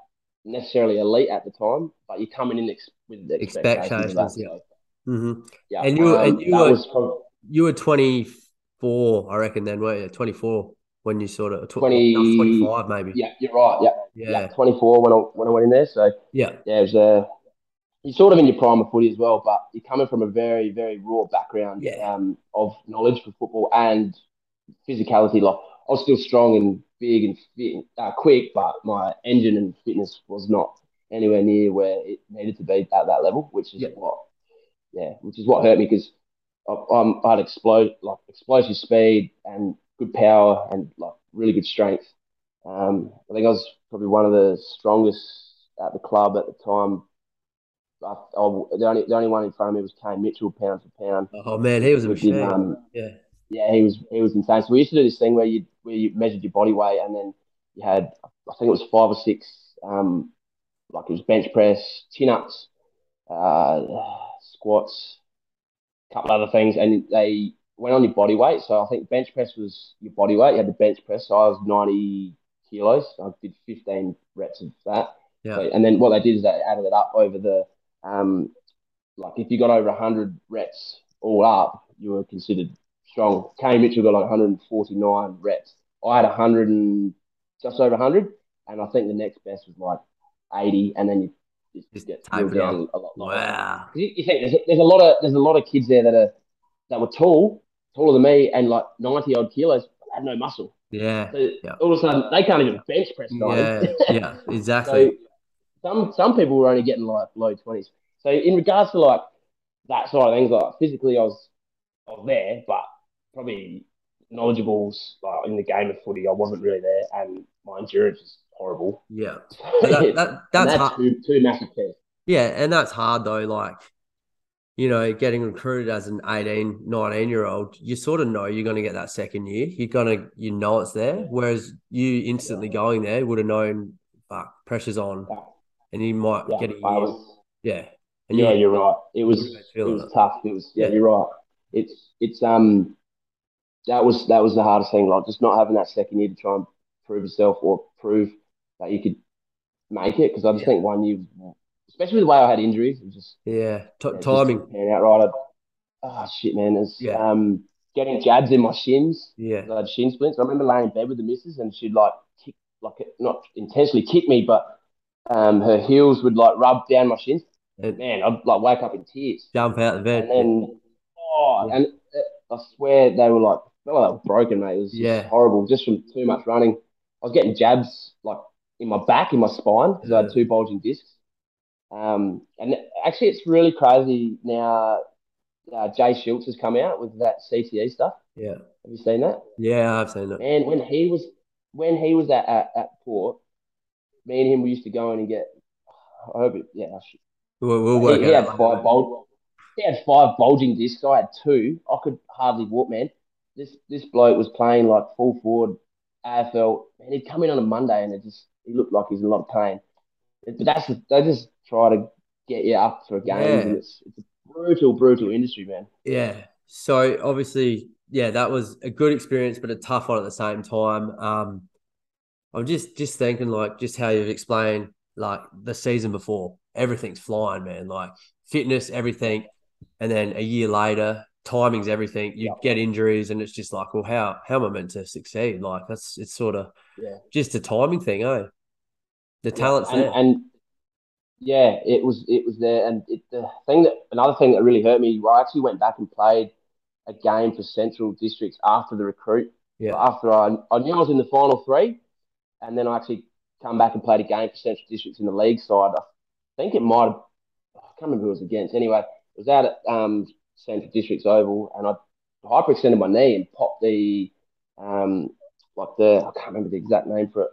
necessarily elite at the time, but you're coming in ex- with the expectations. of that.
Expectations, yeah.
So,
hmm
yeah.
And you-
um,
and you
that
were-
was probably
You were 24, I reckon, then, weren't you? 24 when you sort of tw-
20
no, 25, maybe.
yeah, you're right. Yeah, yeah.
Yeah,
24 when I when I went in there, so.
yeah,
yeah, it was a. You're sort of in your prime of footy as well, but you're coming from a very, very raw background
Yeah.
um, of knowledge for football and physicality. Like I was still strong and big and fit, and, uh, quick, but my engine and fitness was not anywhere near where it needed to be at that level, which is
Yeah.
what, yeah, which is what hurt me because I'm I'd explode like explosive speed and good power and like really good strength. Um, I think I was probably one of the strongest at the club at the time. I, I, the only the only one in front of me was Kane Mitchell, pound for pound.
Oh man, he was a
We did,
machine.
um,
Yeah,
Yeah, he was he was insane. So we used to do this thing where you where you measured your body weight and then you had I think it was five or six um, like it was bench press, chin ups, uh, squats, a couple other things, and they went on your body weight. So I think bench press was your body weight. You had to bench press. So I was ninety kilos. I did fifteen reps of that.
yeah,
So- and then what they did is they added it up over the, um, like if you got over 100 reps all up, you were considered strong. Kane Mitchell got like 149 reps. I had 100 and just over 100, and I think the next best was like 80, and then you just,
Just
get
type
drilled
it
down a lot lower.
wow.
'Cause You, you think there's, there's a lot of there's a lot of kids there that are that were tall, taller than me, and like 90 odd kilos, but they had no muscle.
Yeah,
So
Yeah.
all of a sudden they can't even bench press. guys.
yeah, yeah,
So
exactly.
some some people were only getting like low twenties. So in regards to like that side of things, like physically, I was I was there, but probably knowledgeable like, in the game of footy, I wasn't really there, and my endurance is horrible.
yeah, But that, that,
And
that's hard.
two, two massive tests.
Yeah, and that's hard though. Like, you know, getting recruited as an 18, 19 year old, you sort of know you're going to get that second year. You're going to, you know, it's there. Whereas you instantly going there would have known, fuck, pressure's on,
Yeah.
and you might
Yeah,
get a year.
I was,
yeah, and
yeah,
you-
you're right. It was
you would've been
it
feeling
was tough. It was yeah,
Yeah.
you're right. It's it's um that was that was the hardest thing. Like just not having that second year to try and prove yourself or prove that you could make it. Because I just
Yeah.
think one year, especially with the way I had injuries, it was just
Yeah, t-
yeah, it just
timing.
didn't pan out right. I- Oh shit, man! It's
Yeah.
um getting jabs in my shins.
Yeah,
I had shin splints. I remember laying in bed with the missus, and she'd like kick, like not intentionally kick me, but um her heels would like rub down my shins.
And-
Man, I'd like wake up in tears.
jump out of the bed.
And then, oh,
Yeah.
and uh, I swear they were like, no, they were broken, mate. It was just
Yeah.
horrible, just from too much running. I was getting jabs like in my back, in my spine, because I had two bulging discs. Um, and actually, it's really crazy now. Uh, Jay Schultz has come out with that CTE stuff.
Yeah.
Have you seen that?
Yeah, I've seen that.
Man, when he was when he was at, at, at Port, me and him we used to go in and get. I hope it. Yeah, I should,
We'll, we'll
he,
work
he
it
had
out.
five bul- he had five bulging discs. I had two. I could hardly walk, man. This this bloke was playing like full forward AFL, and he'd come in on a Monday and it just he looked like he was in a lot of pain. But that's the, they just try to get you up for a game,
Yeah.
and it's it's a brutal, brutal industry, man.
Yeah. So obviously, yeah, that was a good experience, but a tough one at the same time. Um, I'm just just thinking like just how you've explained like the season before, everything's flying, man. Like fitness, everything, and then a year later, timing's everything. You get injuries, and it's just like, well, how how am I meant to succeed? Like that's it's sort of
Yeah.
just a timing thing, eh? The talent's
and,
there.
and yeah, it was it was there. And it, the thing that another thing that really hurt me, well, I actually went back and played a game for Central Districts after the recruit.
Yeah.
After I, I knew I was in the final three, and then I actually come back and played a game for Central Districts in the league side. I think it might have, I can't remember who it was against. Anyway, it was out at um, Central Districts Oval, and I hyperextended my knee and popped the um, like the I can't remember the exact name for it.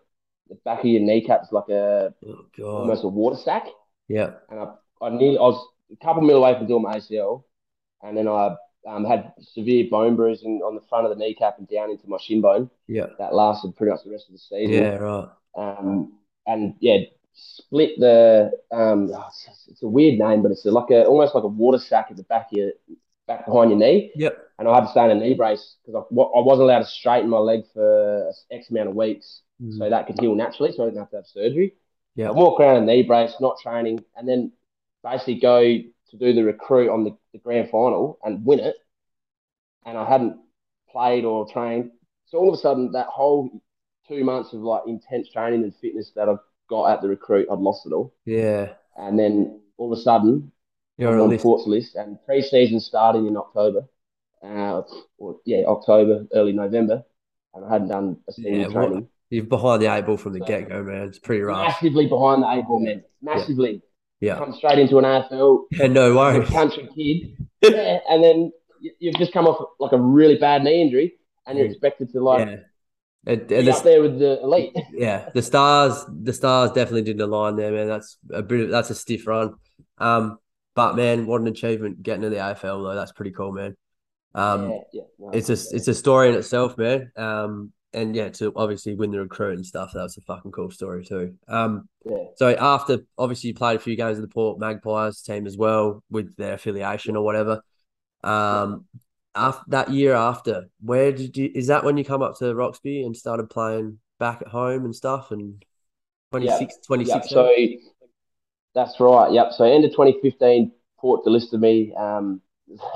The back of your kneecap's like a
oh god.
almost a water sack.
Yeah.
And I, I nearly, I was a couple mil away from doing my ACL. And then I um, had severe bone bruising on the front of the kneecap and down into my shin bone.
Yeah.
That lasted pretty much the rest of the season.
Yeah. Right.
Um, and yeah, split the, um, oh, it's, it's a weird name, but it's like a, almost like a water sack at the back of your, back behind your knee.
Yep.
And I had to stay in a knee brace because I, wa- I wasn't allowed to straighten my leg for X amount of weeks.
Mm.
So that could heal naturally. So I didn't have to have surgery.
Yeah.
I walk around in knee brace, not training, and then basically go to do the recruit on the, the grand final and win it. And I hadn't played or trained. So all of a sudden, that whole two months of like intense training and fitness that I got at the recruit, I'd lost it all.
Yeah.
And then all of a sudden,
You're
I'm
a
on
list.
Port's list, and pre-season started in October, uh, or yeah, October, early November, and I hadn't done a single
Yeah, what-
training.
You're behind the eight ball from the
So-
get go, man. It's pretty rough.
Massively behind the eight ball, man. Massively.
Yeah.
Come straight into an AFL,
Yeah, no
you're a
worries.
country kid. Yeah, and then you- you've just come off like a really bad knee injury, and you're expected to like
Yeah. And,
be
and
up
the,
there with the elite.
yeah, the stars, the stars definitely didn't align there, man. That's a bit, of, that's a stiff run. Um, but man, what an achievement getting to the AFL though. That's pretty cool, man. Um,
yeah, yeah, no,
it's a it's a story in itself, man. Um, and yeah, to obviously win the recruit and stuff, that was a fucking cool story too. Um,
yeah.
so after obviously you played a few games with the Port Magpies team as well with their affiliation or whatever. Um, after that year after, where did you is that when you come up to Roxby and started playing back at home and stuff and 26, 26
Yep, so that's right. Yep. So end of 2015, Port delisted me. Um,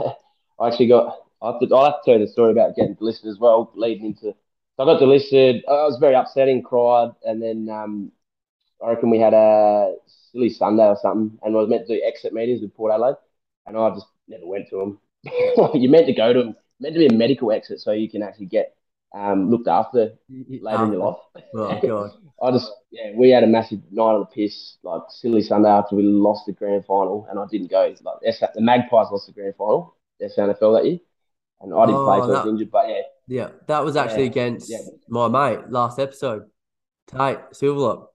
I actually got. I have, to, I have to tell you the story about getting delisted as well, leading into. So I got delisted. I was very upsetting, cried, and then um, I reckon we had a silly Sunday or something, and I was meant to do exit meetings with Port Adelaide, and I just never went to them. You're meant to go to them. Meant to be a medical exit, so you can actually get um, looked after later in your life.
Oh god.
I just yeah, we had a massive night on the piss, like silly Sunday after we lost the grand final, and I didn't go. It's Like S- the Magpies lost the grand final, SNFL that year, and I didn't
Oh,
play because I was
that-
injured. But yeah,
Yeah, that was actually
Yeah,
against
yeah.
my mate last episode. Tate Silverlock.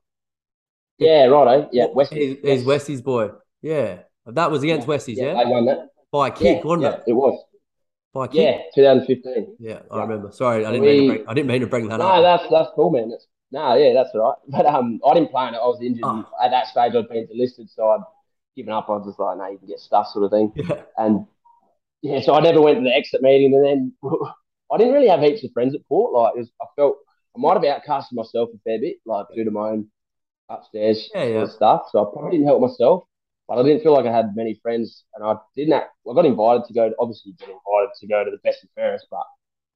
yeah, righto, yeah,
Well,
West.
He's, he's Westie's boy. Yeah. That was against Westies, yeah?
they won that.
By a kick,
yeah,
wasn't
yeah,
it?
it was.
By a kick.
Yeah, 2015.
Yeah, I
Yeah.
remember. Sorry, I didn't mean to
We-
bring, I didn't mean to bring that
No,
up.
that's that's cool, man. That's, no, yeah, that's all right. But um, I didn't play in it. I was injured and
Oh.
at that stage. I'd been delisted, so I'd given up. I was just like, no, you can get stuff, sort of thing.
Yeah.
And yeah, so I never went to the exit meeting. And then I didn't really have heaps of friends at Port. Like, it was, I felt I might have outcasted myself a fair bit, like due to my own upstairs
Yeah,
sort
yeah.
of stuff. So I probably didn't help myself, but I didn't feel like I had many friends, and I didn't. Act, I got invited to go. Obviously, got invited to go to the best and fairest, but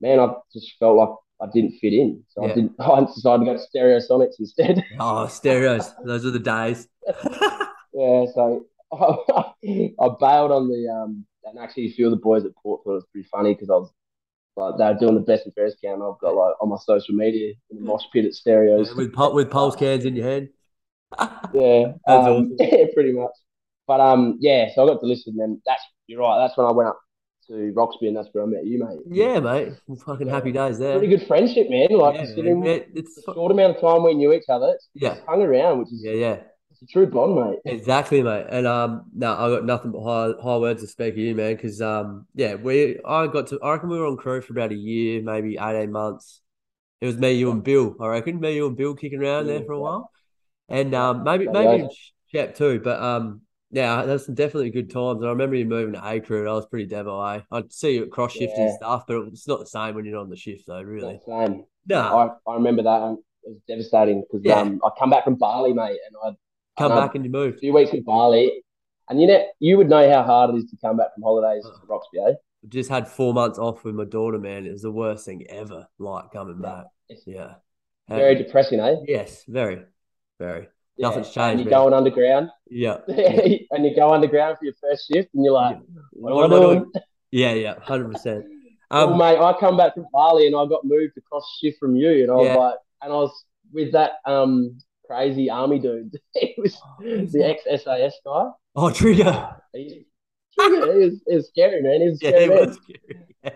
man, I just felt like I didn't fit in. So
Yeah.
I didn't. I decided to go to Stereosonics instead.
Oh, stereos. Those are the days.
Yeah, so I, bailed on the um, and actually a few of the boys at Port thought it was pretty funny because I was like they were doing the best and fairest count. I've got like on my social media in the mosh pit at stereos.
with pul- with pulse cans in your hand.
Yeah,
That's
um,
awesome.
yeah, pretty much. But um, yeah, so I got to listen. Then that's you're right. That's when I went up to Roxby, and that's where I met you, mate.
Yeah, mate. Fucking happy days there.
pretty good friendship, man. Like
yeah,
considering
man. It- it's
the short amount of time we knew each other, it's
yeah,
hung around, which is
yeah, yeah.
it's a true bond, mate.
Exactly, mate. And um, no, I got nothing but high high words to speak of you, man. Because um, yeah, we I got to. I reckon we were on crew for about a year, maybe eighteen months. It was me, you, and Bill. I reckon me, you, and Bill kicking around there for a
Yeah.
while, and
Yeah.
um, maybe
Yeah,
maybe
yeah.
in Shep too. But um, yeah, that's definitely good times. And I remember you moving to A crew, and I was pretty devo. eh? I'd see you at cross shift and
Yeah.
stuff, but it's not the same when you're not on the shift though, really.
Same.
Nah,
I, I remember that. And it was devastating because
Yeah.
um, I come back from Bali, mate, and I had
come
I-
back and you
a
moved.
few weeks in Bali, and you know you would know how hard it is to come back from holidays
Uh-huh.
to Roxby. Eh?
Just had four months off with my daughter, man. It was the worst thing ever. Like coming
Yeah.
back.
It's
Yeah.
very depressing, eh?
yes, very, very.
Yeah.
Nothing's
And
changed,
you're
man.
going underground,
Yeah.
and you go underground for your first shift, and you're like, "What,
What am
am
I
I
doing?
doing?"
Yeah, yeah, hundred percent.
well,
Um,
mate, I come back from Bali, and I got moved across shift from you, and I was
Yeah.
like, and I was with that um crazy army dude. he was the ex SAS guy.
oh, trigger.
He, he was, he was scary, man. He was a
Yeah,
scary
it
man.
was scary.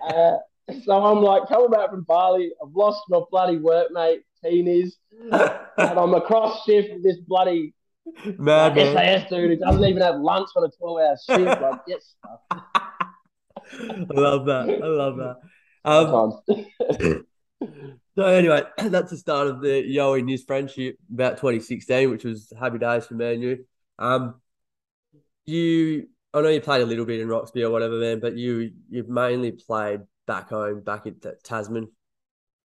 Uh, so I'm like coming back from Bali. I've lost my bloody workmate, teenies, and I'm across shift with this bloody
Mad man.
SAS dude who doesn't even have lunch on a 12 hour shift. Like, yes,
I love that. I love that. Um,
sometimes.
so anyway, that's the start of the Yo and News friendship about 2016, which was happy days for me and you. Um, you, I know you played a little bit in Roxby or whatever, man, but you you've mainly played back home, back at Ta- Tasman.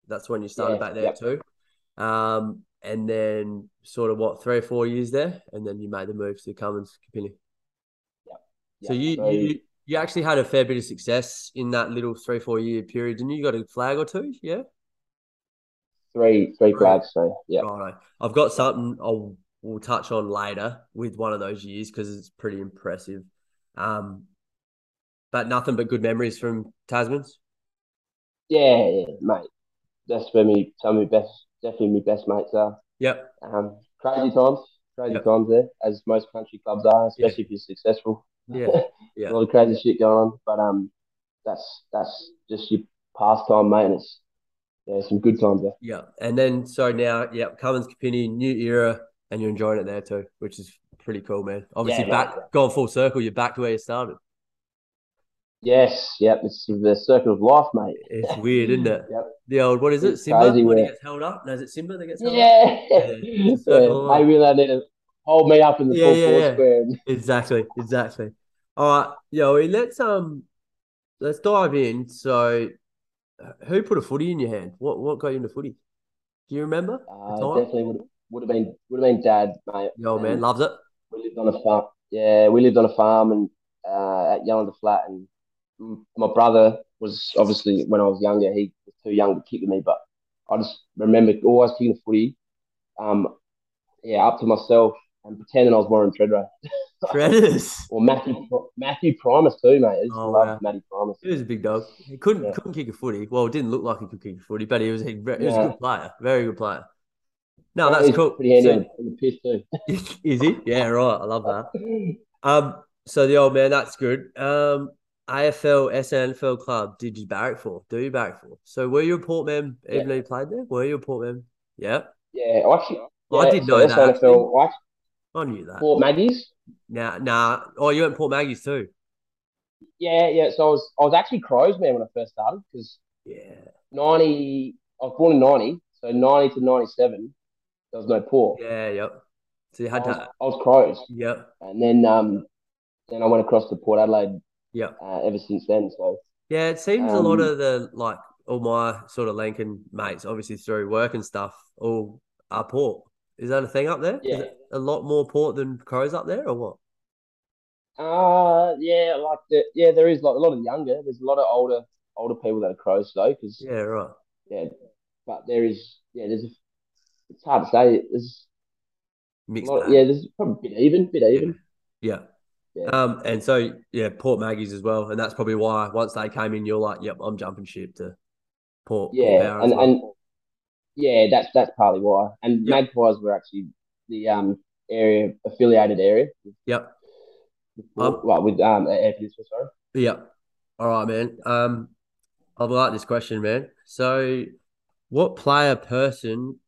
That's when you started
Yeah,
back there
yep.
too. Um, and then sort of what three or four years there, and then you made the move to Cummins Kapini. So
Yeah,
you you you actually had a fair bit of success in that little three four year period, didn't you? You got a flag or two, yeah.
three three flags. So yeah,
Righto. I've got something I'll we'll touch on later with one of those years because it's pretty impressive. Um, but nothing but good memories from Tasman's.
yeah, yeah, mate. That's where me some of my best, definitely my best mates are.
Yep.
Um, crazy times, crazy
Yep.
times there, as most country clubs are, especially if you're successful.
Yeah. Yeah.
a lot of crazy shit going on. But um, that's that's just your pastime, mate. And it's yeah, some good times there.
Yeah. And then so now, yeah, Cummins Capini, new era, and you're enjoying it there too, which is pretty cool, man. Obviously
Yeah,
back
yeah, yeah.
gone full circle, you're back to where you started.
Yes, yep. It's the circle of life, mate.
It's weird, isn't it?
Yep.
The old what is it?
It's
Simba
crazy
when he
where-
gets held up? No, is it Simba that gets held up?
Yeah,
Yeah, it's the circle of
Yeah, maybe they need to hold me up in the
Yeah,
full
yeah,
force
yeah.
square. and-
Exactly, exactly. All right, Yoey, let's um let's dive in. So uh, who put a footy in your hand? What what got you into footy? Do you remember?
Uh,
time?
definitely would would have been would have been dad, mate.
Yo man,
And
loves it.
we lived on a farm. Yeah, we lived on a farm and uh, at Yellanda Flat, and m- my brother was obviously when I was younger, he was too young to kick with me, but I just remember always kicking the footy, um, yeah, up to myself and pretending I was Warren Treadrow
Predators.
or Matthew Matthew Primus too, mate. I used to
Oh,
love
wow.
Matty Primus.
He was a big dog. He couldn't
Yeah.
couldn't kick a footy. Well, it didn't look like he could kick a footy, but he was he, re- he was a
Yeah.
good player, very good player. No,
He
Oh, that's
was
cool.
Pretty handy
So-
on the- on the piss too.
is he? Yeah, right. I love that. Um, so the old man, that's good. Um, AFL, SNFL club, did you barrack for? Do you barrack for? So were you a port man
Yeah.
even though you played there? Were you a port man? Yeah,
Yeah, I actually.
Well, I
yeah,
did
so
know that,
SNFL,
actually.
I actually
I knew that.
bought Maggie's.
Nah, nah. Oh, you went Port Maggie's too.
Yeah, yeah. So I was I was actually Crows man when I first started because.
Yeah,
90, I was born in 90, so 90 to 97, there was no port.
yeah, yep. So you
I,
had
was,
to,
I was Crows.
yep,
And then um, then I went across to Port Adelaide
yep.
uh, ever since then. So,
Yeah, it seems a lot
Um,
of the like all my sort of Lankan mates, obviously through work and stuff, all are port. Is that a thing up there? Is
Yeah.
it a lot more port than crows up there, or what?
Uh, yeah, like the, yeah, there is like a lot of younger. There's a lot of older older people that are crows though, because
Yeah, right.
yeah, but there is yeah, there's a, it's hard to say. There's a
Mixed.
lot,
bag.
yeah, there's probably a bit even, bit even.
Yeah.
Yeah.
Um, and so yeah, Port Maggie's as well, and that's probably why once they came in, you're like, "Yep, I'm jumping ship to Port." Port
Yeah,
Power as
and
well.
and yeah, that's that's partly why. And
Yep.
Magpies were actually the um area affiliated area.
yep,
with-
Um,
well, with um Air Peninsula, sorry.
yep. All right, man. Um, I like this question, man. So, what player person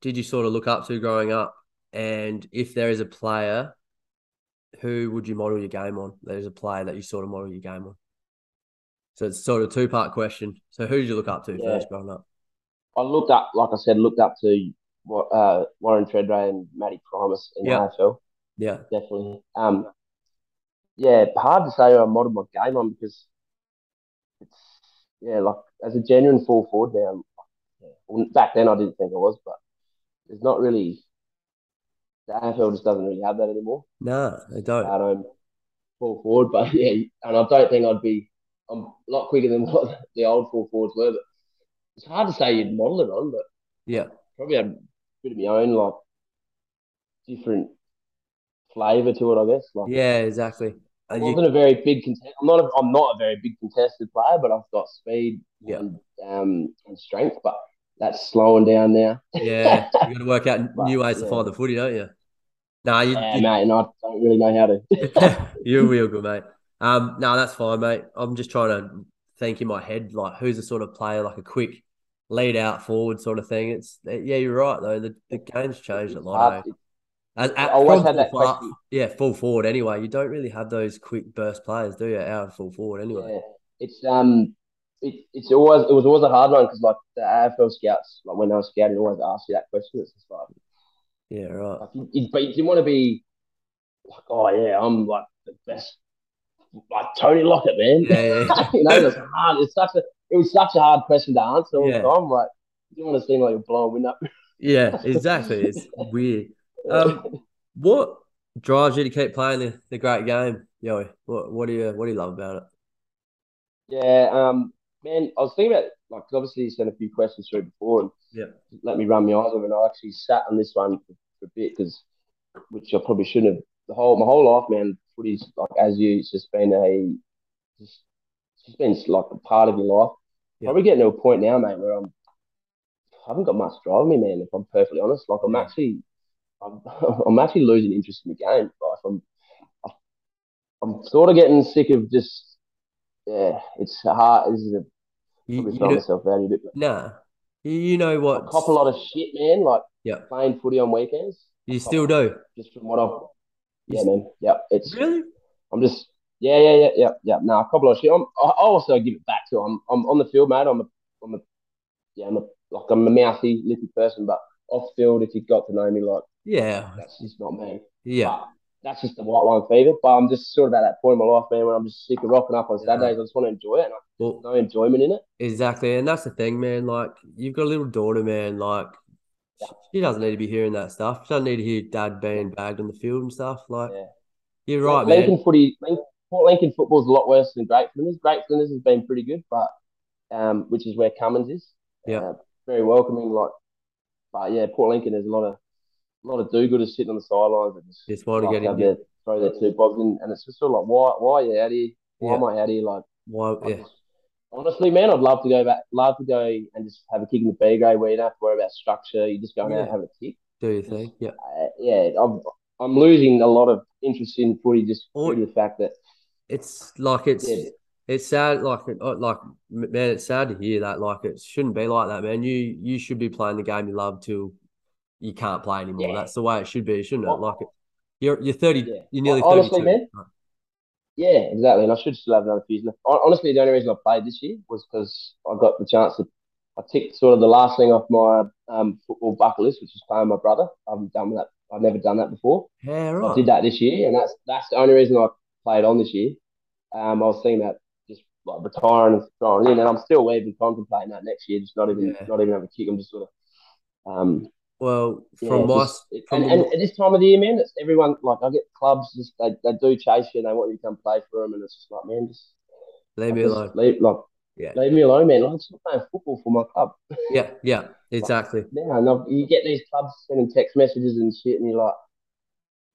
did you sort of look up to growing up, and if there is a player, who would you model your game on? There's a player that you sort of model your game on. So it's sort of a two part question. So who did you look up to
Yeah.
first growing up?
I looked up, like I said, looked up to Wa- uh Warren Treadray and Matty Primus in the
Yeah.
AFL.
Yeah,
definitely. Um, yeah, hard to say I modeled my game on because it's yeah, like as a genuine full forward now. yeah, well, Back then, I didn't think I was, but it's not really. The AFL just doesn't really have that anymore.
no, I don't.
I don't full forward, but yeah, and I don't think I'd be. I'm a lot quicker than what the old full forwards were, but it's hard to say you'd model it on. But
Yeah.
probably had a bit of my own like different flavour to it, I guess. Like
Yeah, exactly.
I
And you,
wasn't a very big contest. I'm not. A, I'm not a very big contested player, but I've got speed
Yeah.
and um and strength. But that's slowing down now.
yeah, you got to work out
But,
new ways to
yeah.
find the footy, don't you? Nah, you,
Yeah, mate, and I don't really know how to.
you, are real good, mate. Um, no, that's fine, mate. I'm just trying to think in my head, like who's the sort of player, like a quick lead out forward sort of thing. It's yeah, you're right though. The, the game's changed a lot. eh?
Hard-
As,
I
at,
always
from
had that
full forward-
question.
yeah, full forward anyway. You don't really have those quick burst players, do you? Out of full forward anyway.
Yeah, it's um, it, it's always it was always a hard one because like the AFL scouts, like when I was scouting, always asked you that question. It's just like,
Yeah, right.
like you, you, but you didn't want to be like, oh yeah, I'm like the best, like Tony Lockett, man.
Yeah, yeah, yeah.
you know, that's hard. It's such a it was such a hard question to answer all
Yeah.
the time. Like you didn't want to seem like you're blowing wind up.
yeah exactly. It's weird. Um, What drives you to keep playing the, the great game, Yoey? What what do you what do you love about it?
yeah, um, man, I was thinking about like 'cause obviously you sent a few questions through before and
Yeah.
let me run my eyes over, and I actually sat on this one for, for a bit because which I probably shouldn't have. The whole my whole life, man, footy's like as you, it's just been a just just been like a part of your life.
Yeah.
Probably getting to a point now, mate, where I'm I haven't got much driving me, man. If I'm perfectly honest, like I'm
Yeah.
actually I'm, I'm actually losing interest in the game. Like I'm I'm sort of getting sick of just yeah, it's hard. This is a,
You,
probably
you
throwing
know,
myself out a bit, but
nah, you, you know
I
what?
cop a lot of shit, man. Like
Yeah.
playing footy on weekends,
You still do,
just from what I've
You
yeah,
s-
man, yeah, it's
really?
I'm just yeah, yeah, yeah, yeah, yeah. No, a couple of shit. I'm, I I also give it back to. I'm, I'm on the field, mate. I'm a, I'm a, yeah, I'm a, like I'm a mouthy, lippy person, but off field, if you got to know me, like
Yeah,
that's just not me.
yeah,
But that's just the white line fever. But I'm just sort of at that point in my life, man, where I'm just sick of rocking up on
Yeah.
Saturdays. I just want to enjoy it, and I,
well,
no enjoyment in it.
exactly, and that's the thing, man. Like, you've got a little daughter, man. Like, sh- she doesn't need to be hearing that stuff. She doesn't need to hear dad being bagged on the field and stuff. Like,
Yeah.
you're right, man.
Lincoln footy, Lincoln, Port Lincoln football's a lot worse than Great Flinders. Great Flinders has been pretty good, but um, which is where Cummins is.
Yeah.
Uh, very welcoming. Like, but yeah, Port Lincoln there's a lot of a lot of do-gooders sitting on the sidelines and just
Just want to
like,
get in.
have
there.
their, throw their two bobs in, and it's just sort of like, why, why are you out here? Why
Yeah.
am I out here? Like,
Why?
I
Yeah,
just- honestly, man, I'd love to go back, love to go and just have a kick in the B grade where you don't have to worry about structure. You just go out
Yeah.
and have a kick
do your thing. Yeah,
uh, yeah, I'm I'm losing a lot of interest in footy just
Or-
due to the fact that
it's like it's.
yeah,
It's sad, like uh, like m- man, it's sad to hear that. Like it shouldn't be like that, man. You you should be playing the game you love till you can't play anymore.
Yeah.
That's the way it should be, shouldn't it?
Well-
Like it, you're you're thirty,
Yeah.
you're nearly
Well, honestly,
32.
man,
Right.
yeah, exactly. And I should still have another few years left. Hon- Honestly, the only reason I played this year was because I got the chance to. I ticked sort of the last thing off my um, football bucket list, which was playing my brother. I haven't done that. I've never done that before.
Yeah,
I
right.
did that this year, and that's that's the only reason I played on this year. Um, I was thinking about just like retiring and throwing in, and I'm still even contemplating that next year. Just not even
Yeah.
not even have a kick. I'm just sort of um,
Well,
yeah,
from my
just- it-
from-
and, and at this time of the year, man, it's everyone like I get clubs just they, they do chase you and they want you to come play for them, and it's just like man, just
leave me
just
alone.
leave, like,
Yeah.
leave me alone, man. Like, I'm still playing football for my club
Yeah, yeah, exactly.
now, and I've, you get these clubs sending text messages and shit, and you're like,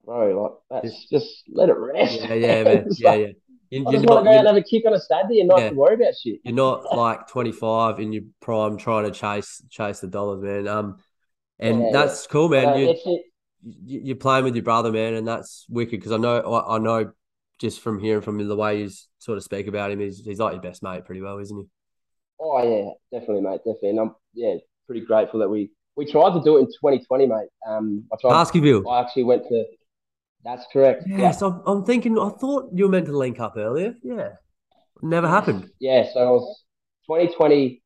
bro, like that's just let it rest.
Yeah, yeah, man.
It's
Yeah,
like,
yeah. You,
I
you're
just want
not
to go out and
you're,
have a kick on a Saturday and not have to worry about shit.
you're not like 25 in your prime trying to chase chase the dollars, man. Um, and
Yeah, yeah.
that's cool, man.
Uh,
you
that's it.
you- you're playing with your brother, man, and that's wicked. Because I know, I, I know, just from hearing from him, the way you sort of speak about him, he's he's like your best mate, pretty well, isn't he?
Oh yeah, definitely, mate, definitely. And I'm yeah, pretty grateful that we we tried to do it in 2020, mate. Um, I tried.
Baskerville.
I actually went to. That's correct.
Yes, I'm, I'm thinking. I thought you were meant to link up earlier. Yeah, never happened.
Yeah, so I was 2020.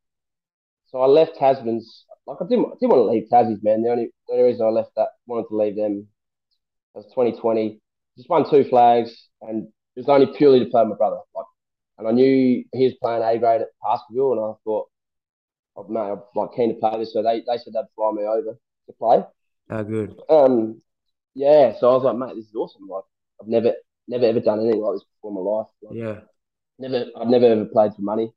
So I left Tasman's. Like I didn't, I didn't want to leave Tassie's, man. The only, the only reason I left that wanted to leave them was 2020. Just won two flags, and it was only purely to play with my brother. Like, and I knew he was playing A grade at Baskerville, and I thought, oh, mate, I'm like keen to play this. So they, they said they'd fly me over to play.
How good.
Um, yeah, so I was like, mate, this is awesome. Like, I've never, never ever done anything like this before in my life. Like,
Yeah,
Never, I've never ever played for money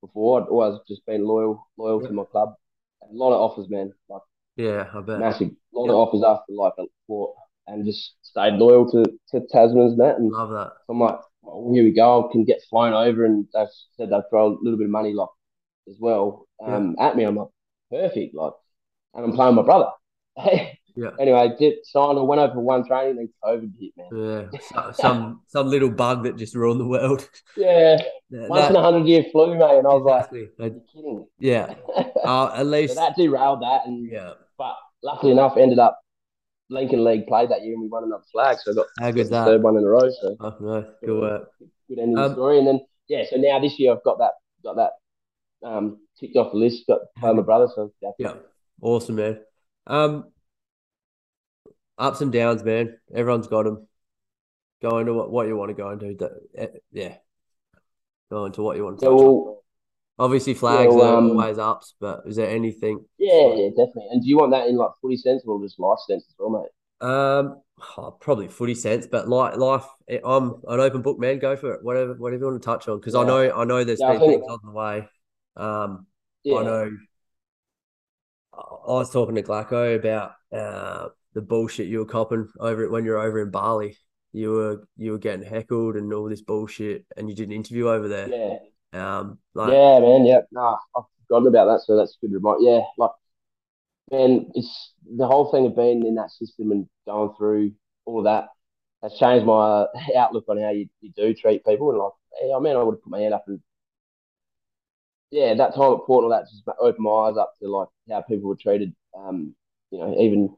before. I'd always just been loyal, loyal
Yeah.
to my club. A lot of offers, man, like
yeah. I bet.
massive. A lot
Yeah.
of offers after like a four, and just stayed loyal to to Tasman's net. And
Love that.
I'm like, oh, here we go. I can get flown over, and they said they'd throw a little bit of money, like as well, um, at me. I'm like, perfect, like, and I'm playing with my brother.
Yeah.
Anyway, did signed. I went over for one training, then COVID hit, man.
Yeah, so- some some little bug that just ruined the world.
Yeah,
That-
once in a hundred year flu, mate, and I was like,
exactly.
are
That-
you kidding?
yeah. Uh, at least.
So that derailed that, and
yeah.
but luckily enough, ended up Lincoln League played that year, and we won another flag, so I got
How
the
good's that?
third one in a row. So
Oh, no, good work.
good ending
Um,
story. And then yeah, so now this year I've got that got that um ticked off the list. Got to play my brother, so yeah.
Yeah. Awesome, man. Um, ups and downs, man. Everyone's got them. Go into what, what you want to go into. That- eh, Yeah. Go into what you want to.
So
touch on.
we'll,
Obviously, flags
well,
are
um,
always ups, but is there anything?
yeah, yeah, definitely. And do you want that in like footy sense or just life sense as well, mate?
Um, oh, probably footy sense, but like life, eh, I'm an open book man. Go for it. Whatever, whatever you want to touch on, because I
Yeah.
know, I know there's
Yeah, I
been
think-
things on the way. Um, I
Yeah,
know. I I was talking to Glacko about uh, the bullshit you were copping over it when you were over in Bali. You were you were getting heckled and all this bullshit, and you did an interview over there.
yeah.
Um, like
Yeah, man. Yeah, nah, I've forgotten about that. So that's a good reminder. Yeah, like, man, it's the whole thing of being in that system and going through all of that has changed my outlook on how you, you do treat people. And like, hey, I mean, I would have put my hand up and yeah, that time at Port and all that just opened my eyes up to like how people were treated. Um, you know, even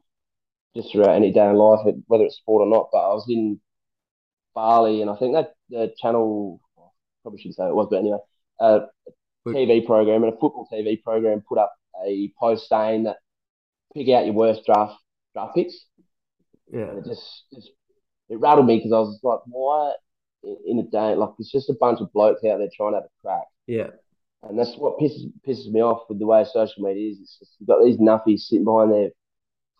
just throughout any day in life, whether it's sport or not. But I was in Bali, and I think that the channel probably shouldn't say what it was, but anyway. Uh,
Quick.
TV program and a football TV program put up a post saying that pick out your worst draft draft picks.
yeah,
And it just, just it rattled me because I was like, why i- in a day like it's just a bunch of blokes out there trying to have a crack,
yeah,
and that's what pisses pisses me off with the way social media is. It's just you've got these nuffies sitting behind their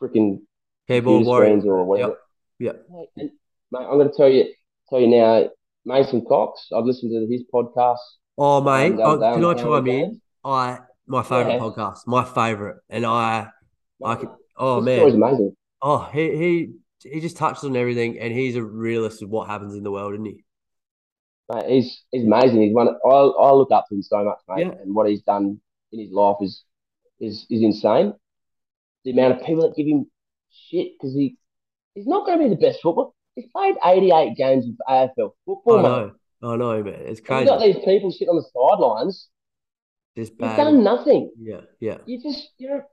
freaking
keyboard
computer
warrior.
screens or whatever.
Yep,
Mate, and- mate, I'm going to tell you tell you now, Mason Cox. I've listened to his podcast.
Oh mate,
um, the other day
I, can I
on How
chime
We
in? I my favorite
Yeah.
podcast, my favorite, and I I
Games.
could. Oh
His
man,
story's amazing.
oh he he he just touches on everything, and he's a realist of what happens in the world, isn't he?
Mate, he's he's amazing. He's one. I I look up to him so much, mate.
Yeah.
And what he's done in his life is is is insane. The amount of people that give him shit because he he's not going to be the best footballer. He's played eighty eight games of AFL football,
I
mate.
know, I know, man. It's
And
crazy.
You've got these people sitting on the sidelines.
Just
You've
bad.
done nothing.
Yeah, yeah.
You just you're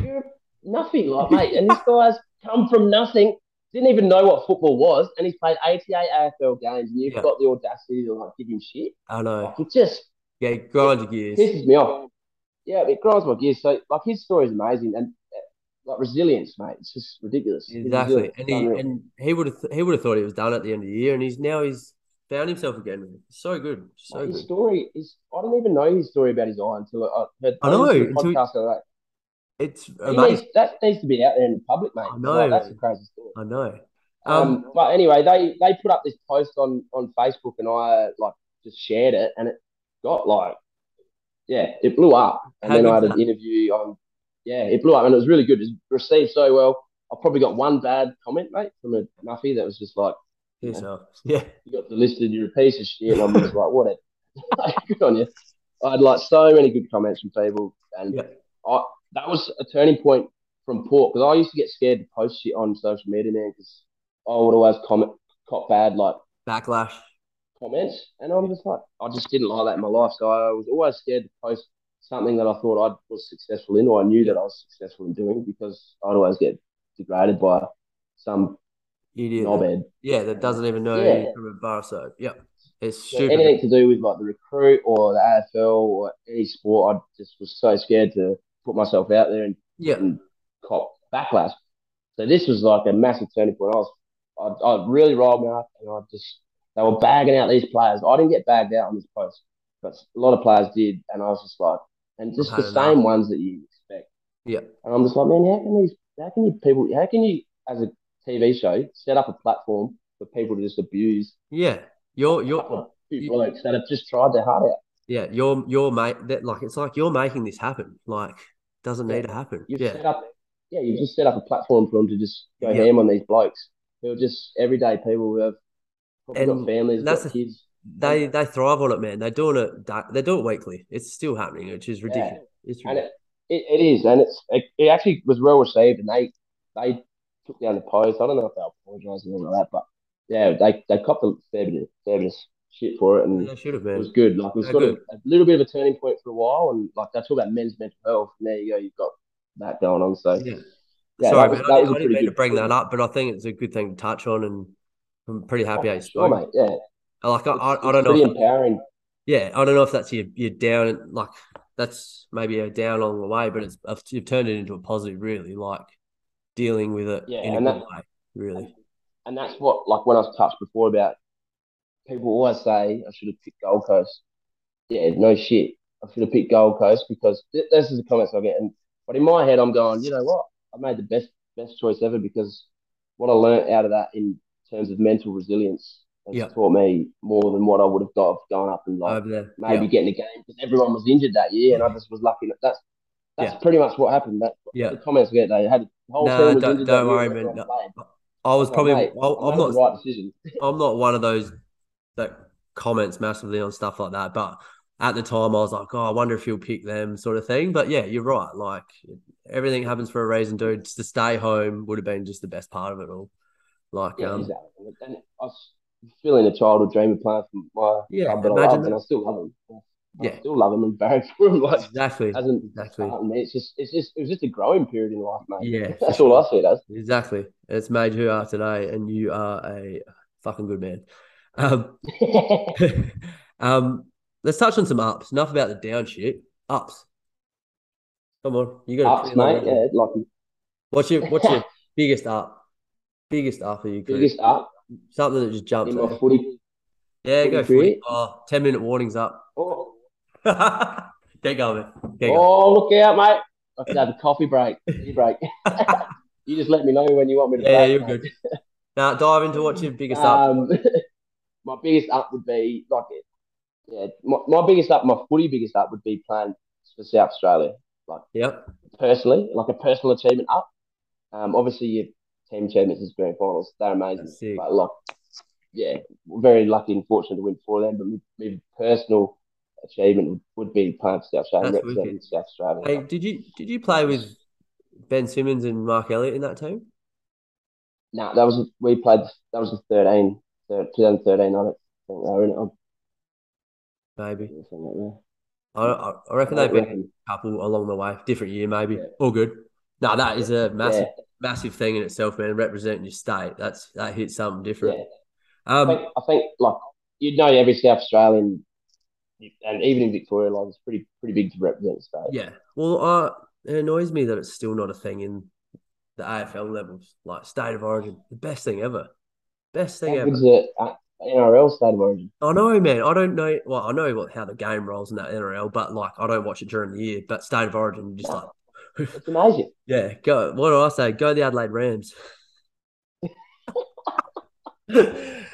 you're nothing, like mate. And this guy's come from nothing. Didn't even know what football was, and he's played eighty eight AFL games, and you've
Yeah.
got the audacity to like give him shit.
I know.
Like, it just
Oh. Yeah, grind your gears.
pisses me off. Yeah, it grinds my gears. So like his story is amazing and uh, like resilience, mate. It's just ridiculous. His
Exactly.
resilience
And
is
he
unreal.
and he would have he would have thought he was done at the end of the year, and he's now he's found himself again. So good. So
Mate, his
good.
story is I don't even know his story about his eye until I, I heard
I know,
listened to a
until-
podcast like that.
It's
He
amazing.
needs- that needs to be out there in the public, mate.
I know,
Like, that's a
mate.
crazy story.
I know.
Um,
Um,
but anyway, they they put up this post on on Facebook, and I like just shared it, and it got like, yeah, it blew up. And
How
then I had
good's
an interview on, yeah, it blew up, and it was really good. It was received so well. I probably got one bad comment, mate, from a Muffy that was just like,
Here's how- Yeah.
"You got delisted, you're a piece of shit," and I'm just like, "What? a- good on you." I had like so many good comments from people, and
Yeah.
I that was a turning point from Port because I used to get scared to post shit on social media, man, because I would always comment cop bad like
Backlash.
comments, and I'm just like, I just didn't like that in my life. So I was always scared to post something that I thought I was successful in, or I knew that I was successful in doing, because I'd always get degraded by some
Idiot.
knobhead.
Yeah, that doesn't even know
Yeah.
you're from a bar side. Yep. It's
So
stupid.
anything to do with like the recruit or the AFL or any sport, I just was so scared to put myself out there and
yeah.
cop backlash. So this was like a massive turning point. I was, I, I really rolled my up, and I just they were bagging out these players. I didn't get bagged out on this post, but a lot of players did, and I was just like, and just
I've
the
had enough.
same ones that you expect.
Yeah.
And I'm just like, man, how can these, how can you people, how can you as a TV show set up a platform for people to just abuse
Yeah. Your
a
your
couple of two
you-
blokes that have just tried their heart out?
yeah, your your mate that like it's like you're making this happen. Like doesn't need to happen.
You've
yeah.
set up, yeah, you've just set up a platform for them to just go
Yeah.
ham on these blokes who are just everyday people who have probably
And
got families,
that's
got
the-
kids.
They they thrive on it, man. They're doing it da- they do it weekly. It's still happening, which is ridiculous. It's
And
ridiculous.
it, it, it is, and it's it, it actually was well received, and they they took down the post. I don't know if they apologised and all of that, but yeah, they they copped a fair bit of, fair bit of shit for it, and
They should have
it
been.
was good. Like it was
Yeah,
sort of
good.
a little bit of a turning point for a while, and like they talk about men's mental health, and there you go, you've got that going on. So
Yeah.
yeah,
Sorry, man, I,
that was- that was a
didn't- I didn't
pretty
mean to
good-
bring that up, but I think it's a good thing to touch on, and I'm pretty happy I
sure,
spoke.
mate. Yeah,
Like I, I,
It's-
I
it's
don't know.
Pretty
if-
empowering.
yeah, I don't know if that's your your down and like that's maybe a down along the way, but it's you've turned it into a positive, really. Like dealing with it
Yeah,
in a
and
good
that-
way, really.
And that's what, like, when I was touched before about people always say I should have picked Gold Coast. Yeah, no shit. I should have picked Gold Coast because th- this is the comments I get. And but in my head, I'm going, you know what? I made the best best choice ever because what I learnt out of that in terms of mental resilience has
Yeah. Uh,
taught me more than what I would have got of going up and like
Over there,
maybe getting a game because everyone was injured that year and I just was lucky. That that's that's
Yeah.
pretty much what happened. That
yeah,
the comments I get, they had the whole
No,
team was
don't- don't
injured that year,
worry,
everyone
man. No.
played.
yeah. I was
Oh,
probably.
mate,
I'll-
I
I'm
made
not.
the right decision.
I'm not one of those that comments massively on stuff like that, but at the time I was like, oh, I wonder if he'll pick them, sort of thing. But yeah, you're right. Like everything happens for a reason, dude. Just to stay home would have been just the best part of it all. Like,
Yeah,
um,
exactly. And I was feeling a childhood dream of playing for my
Yeah,
club that I
imagine
loved,
that.
and I still love them. I
Yeah.
still love them and barrack for them. Like,
exactly,
hasn't
exactly,
started me. It's just, it's just, it was just a growing period in life, mate.
yeah,
That's all I see it as.
exactly. It's made who you are today, and you are a fucking good man. Um, um, let's touch on some ups. Enough about the down shit. Ups. Come on, you got
Ups, mate. Yeah, like
What's your what's your biggest up? Biggest up for you, Chris?
biggest up
Something that just jumps
in
out.
my footy.
Yeah, go
footy
for it.
career?
Oh, 10 minute warnings up.
Oh,
Get going. man. Get going.
oh, look out, mate! I could have a coffee break, tea break. you just let me know when you want me to.
Yeah,
break,
you're
mate.
good. Now dive into what's your biggest up.
Um, my biggest up would be like, yeah, my, my biggest up, my footy biggest up would be playing for South Australia
Yep.
personally, like a personal achievement up. Um, obviously your team achievements is grand finals, they're amazing,
That's sick.
but like, yeah, very lucky and fortunate to win four of them. But my, my personal achievement would, would be playing for South Australia,
That's
representing
wicked.
South Australia.
Hey, did you did you play with Ben Simmons and Mark Elliott in that team?
No, that was we played. That was the 13, 2013. I don't think they were in it. I'm-
Maybe.
something like that.
I I, I reckon
I
they've been
reckon.
a couple along the way. Different year, maybe.
Oh, Yeah.
All good. No, that is a massive
Yeah,
massive thing in itself, man. Representing your state. That's that hits something
yeah.
different.
I
Um
think, I think like you know every South Australian and even in Victoria, like it's pretty pretty big to represent the state.
Yeah. Well, uh, it annoys me that it's still not a thing in the AFL levels, like state of origin. The best thing ever. Best thing
How
ever.
good's it? uh, NRL state of origin.
I know, man. I don't know. Well, I know what how the game rolls in that NRL, but like I don't watch it during the year. But state of origin, just like
It's amazing.
yeah, go. What do I say? Go the Adelaide Rams.
Wow.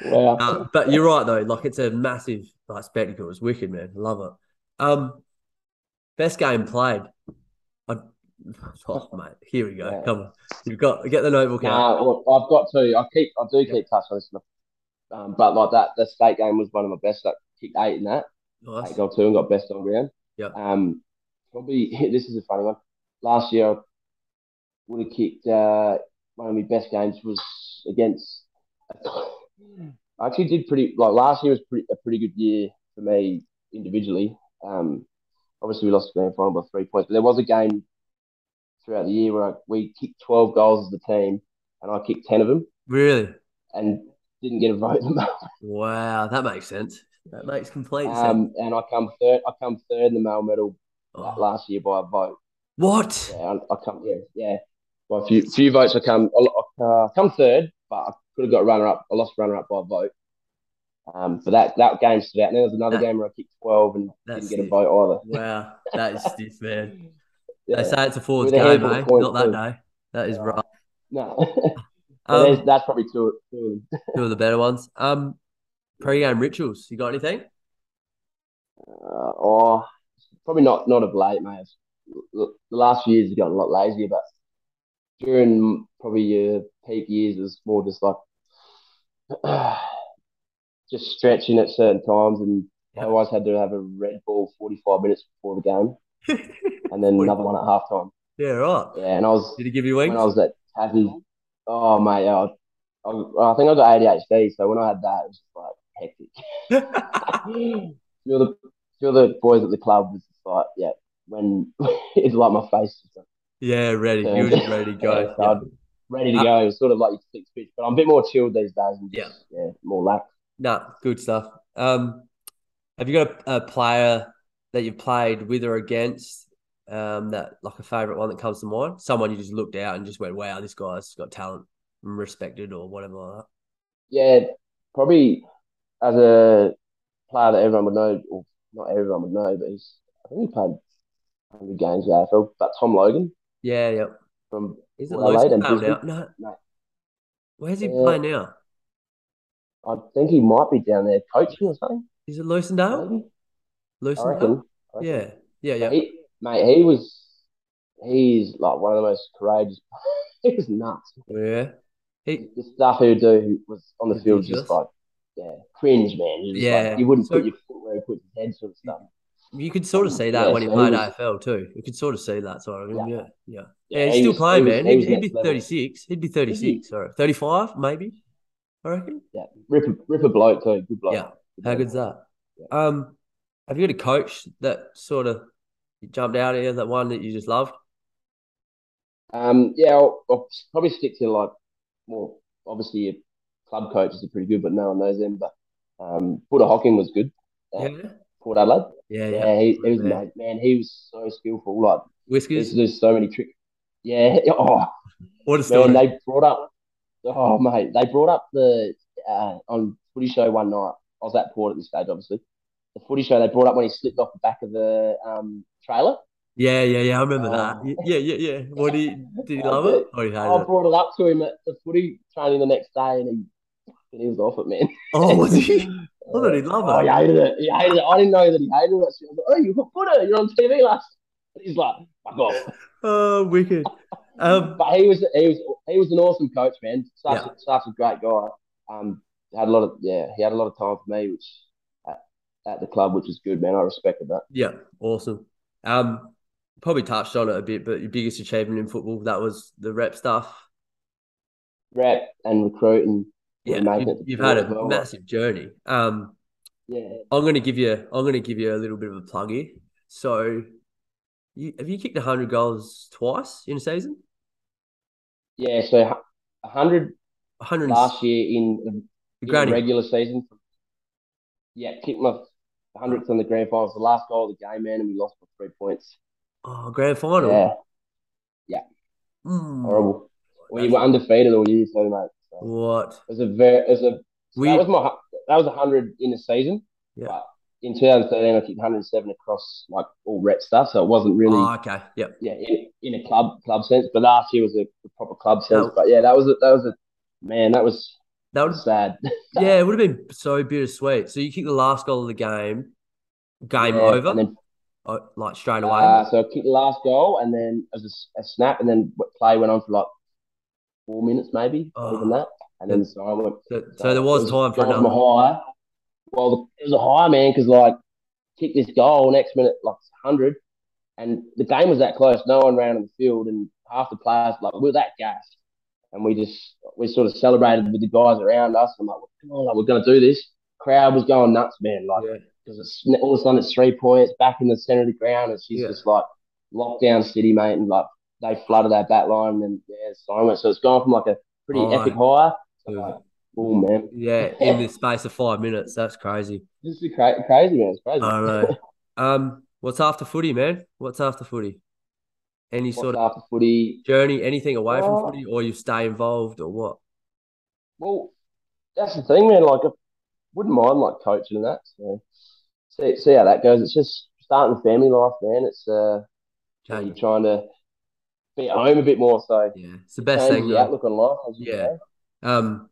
Uh, but you're right though. Like it's a massive like spectacle. It's wicked, man. Love it. Um, best game played. I, oh, mate, here we go.
Yeah.
Come on, you've got get the notebook out.
Nah, look, I've got to. I keep, I do keep touch on this, stuff. um, but like that, the state game was one of my best. Like kicked eight in that,
Nice.
eight goal two, and got best on ground.
Yep.
Um, probably this is a funny one. Last year, I would have kicked uh, one of my best games was against. I actually did pretty like last year was pretty, a pretty good year for me individually. Um, obviously we lost the grand final by three points, but there was a game throughout the year where I, we kicked twelve goals as a team, and I kicked ten of them
Really?
and didn't get a vote. in the mail.
Wow, that makes sense. That makes complete sense.
um, and I come third. I come third in the mail medal
Oh.
last year by a vote.
What?
Yeah, I, I come. Yeah, yeah. By a few, few votes, I come. I, I uh, come third, but I could have got runner up. I lost runner up by a vote. Um, but that that game stood out. And then there was another
That-
game where I kicked twelve and
That's
didn't get a
sick.
vote
Wow, that is stiff,
either.
man.
Yeah,
They say it's a forward's
With a
game,
handful of
eh?
points,
Not that
too.
day. That is
Yeah.
right.
no. But
Um,
there's that's probably two. two of them.
two of the better ones. Um, pre-game rituals. You got anything?
Uh, or probably not not of late, mate. The last few years have gotten a lot lazier, but during probably your peak years, it was more just like just stretching at certain times, and I
Yeah.
always had to have a Red Bull 45 minutes before the game, and then another one at halftime.
yeah, right.
Yeah, and I was
Did he give you
when I
wings?
was at Tassie. Oh mate, I, I, I think I got ADHD, so when I had that, it was just like hectic. few of the few of the boys at the club was just like, yeah, when it's like my face is like,
Yeah, ready. You were just ready to go.
Yeah, so I'm ready to
Uh,
go. It's sort of like you six pitch, but I'm a bit more chilled these days and
Yeah.
just, yeah, more lax.
Nah, good stuff. Um, have you got a, a player that you've played with or against? Um, that like a favorite one that comes to mind. Someone you just looked out and just went, "Wow, this guy's got talent and respected," or whatever like that.
Yeah, probably as a player that everyone would know, or not everyone would know, but he's I think he played 100 games in the AFL, but Tom Logan
Yeah, yeah.
from
Is it
Well,
Lucy
Leighton
playing now?
Brisbane?
No.
No.
Where's he
Uh,
playing now?
I think he might be down there coaching or something.
Is it Lucendale?
Maybe I
Lucendale?
reckon. I reckon.
Yeah, yeah, yeah.
He, mate, he was he's like one of the most courageous. he was nuts.
Yeah. He,
The stuff he would do was on the field,
Ridiculous.
just like yeah, cringe, man. You're just
Yeah.
like, you wouldn't
So-
put your foot where he put his head, sort of stuff.
you could sort of see that
Um, Yeah,
when he
so he
played
was-
AFL too. You could sort of see that sort of him. Yeah, yeah. Yeah,
he
he's still
was- he
playing,
was-
man.
he
He'd,
was
he'd
next
be
level.
36. He'd be 36 or 35, maybe, I reckon.
Yeah, ripper, ripper bloke too. Good bloke.
Yeah. How good's that?
Yeah.
Um, have you got a coach that sort of jumped out of here, that one that you just loved?
Um, yeah, I'll, I'll probably stick to like more. Obviously, your club coaches are pretty good, but no one knows them. But um, Porter Hocking was good.
Yeah.
Yeah. Port Adelaide.
Yeah, yeah.
Yeah, he, he was
Yeah.
mate, man. He was so skillful. Like he used
Whiskers.
to do so many tricks. Yeah. Oh.
What a
Man,
story.
they brought up. Oh mate, they brought up the uh, on footy show one night. I was at Port at this stage, obviously. The footy show they brought up when he slipped off the back of the um, trailer.
Yeah, yeah, yeah. I remember that.
Oh.
Y- Yeah, yeah, yeah. What did he, did he
I
love Um, it? Oh, Or he hated
I
it?
brought it up to him at the footy training the next day, and he and he was off it, man.
Oh, was he? I thought he'd love
Oh,
it.
he hated it. He hated it. I didn't know that he hated it. I was like, oh, you got footy. You're on TV last. And he's like, fuck off.
Oh, wicked. Um,
but he was he was he was an awesome coach, man. Such,
Yeah.
such a great guy. Um, had a lot of yeah, he had a lot of time for me, which at, at the club, which was good, man. I respected that.
yeah, awesome. Um, probably touched on it a bit, but your biggest achievement in football that was the rep stuff.
Rep and recruit and
Yeah, you've,
Mate, it's
you've had a
awesome.
massive journey. Um,
yeah,
I'm gonna give you, I'm gonna give you a little bit of a plug here. So, you, have you kicked hundred goals twice in a season?
yeah. So hundred
100
last year in, in
granny.
regular season. Yeah, kicked my hundredth in the grand finals. The last goal of the game, man, and we lost by three points.
oh, grand final. Hmm,
Yeah,
Mm,
horrible. We were undefeated all year, so mate. So.
what?
It was a very, it was a So that was my that was hundred in a season.
Yeah.
But in 2013, I kicked 107 across like all rep stuff, so it wasn't really
Oh, okay. Yep.
yeah in, in a club club sense. But last year was a, a proper club sense.
No.
But yeah, that was a, that was a man. That was
That would
sad.
yeah, it would have been so bittersweet. So you kick the last goal of the game, game
Yeah,
over,
And then
oh, like straight away.
Uh, so I kicked the last goal, and then it was a s- a, snap, and then w- play went on for like four minutes, maybe
Oh.
even that, and then the sign went.
so, so there was
it
time for
it
another.
was a high. Well, the- it was a high man because like kicked this goal next minute like hundred, and the game was that close. No one ran on the field, and half the players like we were that gassed, and we just we sort of celebrated with the guys around us. I'm like, come on, like, we're gonna do this. Crowd was going nuts, man. Like
Yeah.
because it's all of a sudden it's three points back in the center of the ground, and she's
Yeah.
just like lockdown city, mate, and like they flooded that back line, and then yeah, so went. So it's gone from like a pretty
Oh,
epic high. to,
yeah.
Like, oh man,
Yeah, in the space of five minutes. That's crazy.
this is cra- crazy, man. It's crazy.
I don't know. Um, what's after footy, man? What's after footy? Any
What's
sort of
after footy?
journey, anything away from
Oh.
footy, or you stay involved, or what?
Well, that's the thing, man. Like, I wouldn't mind like coaching and that. So see see how that goes. It's just starting the family life, man. It's uh,
Change.
trying to be at home a bit more. So
Yeah, it's the best
change
thing.
the
though.
outlook on life. As you
Yeah.
say.
Um,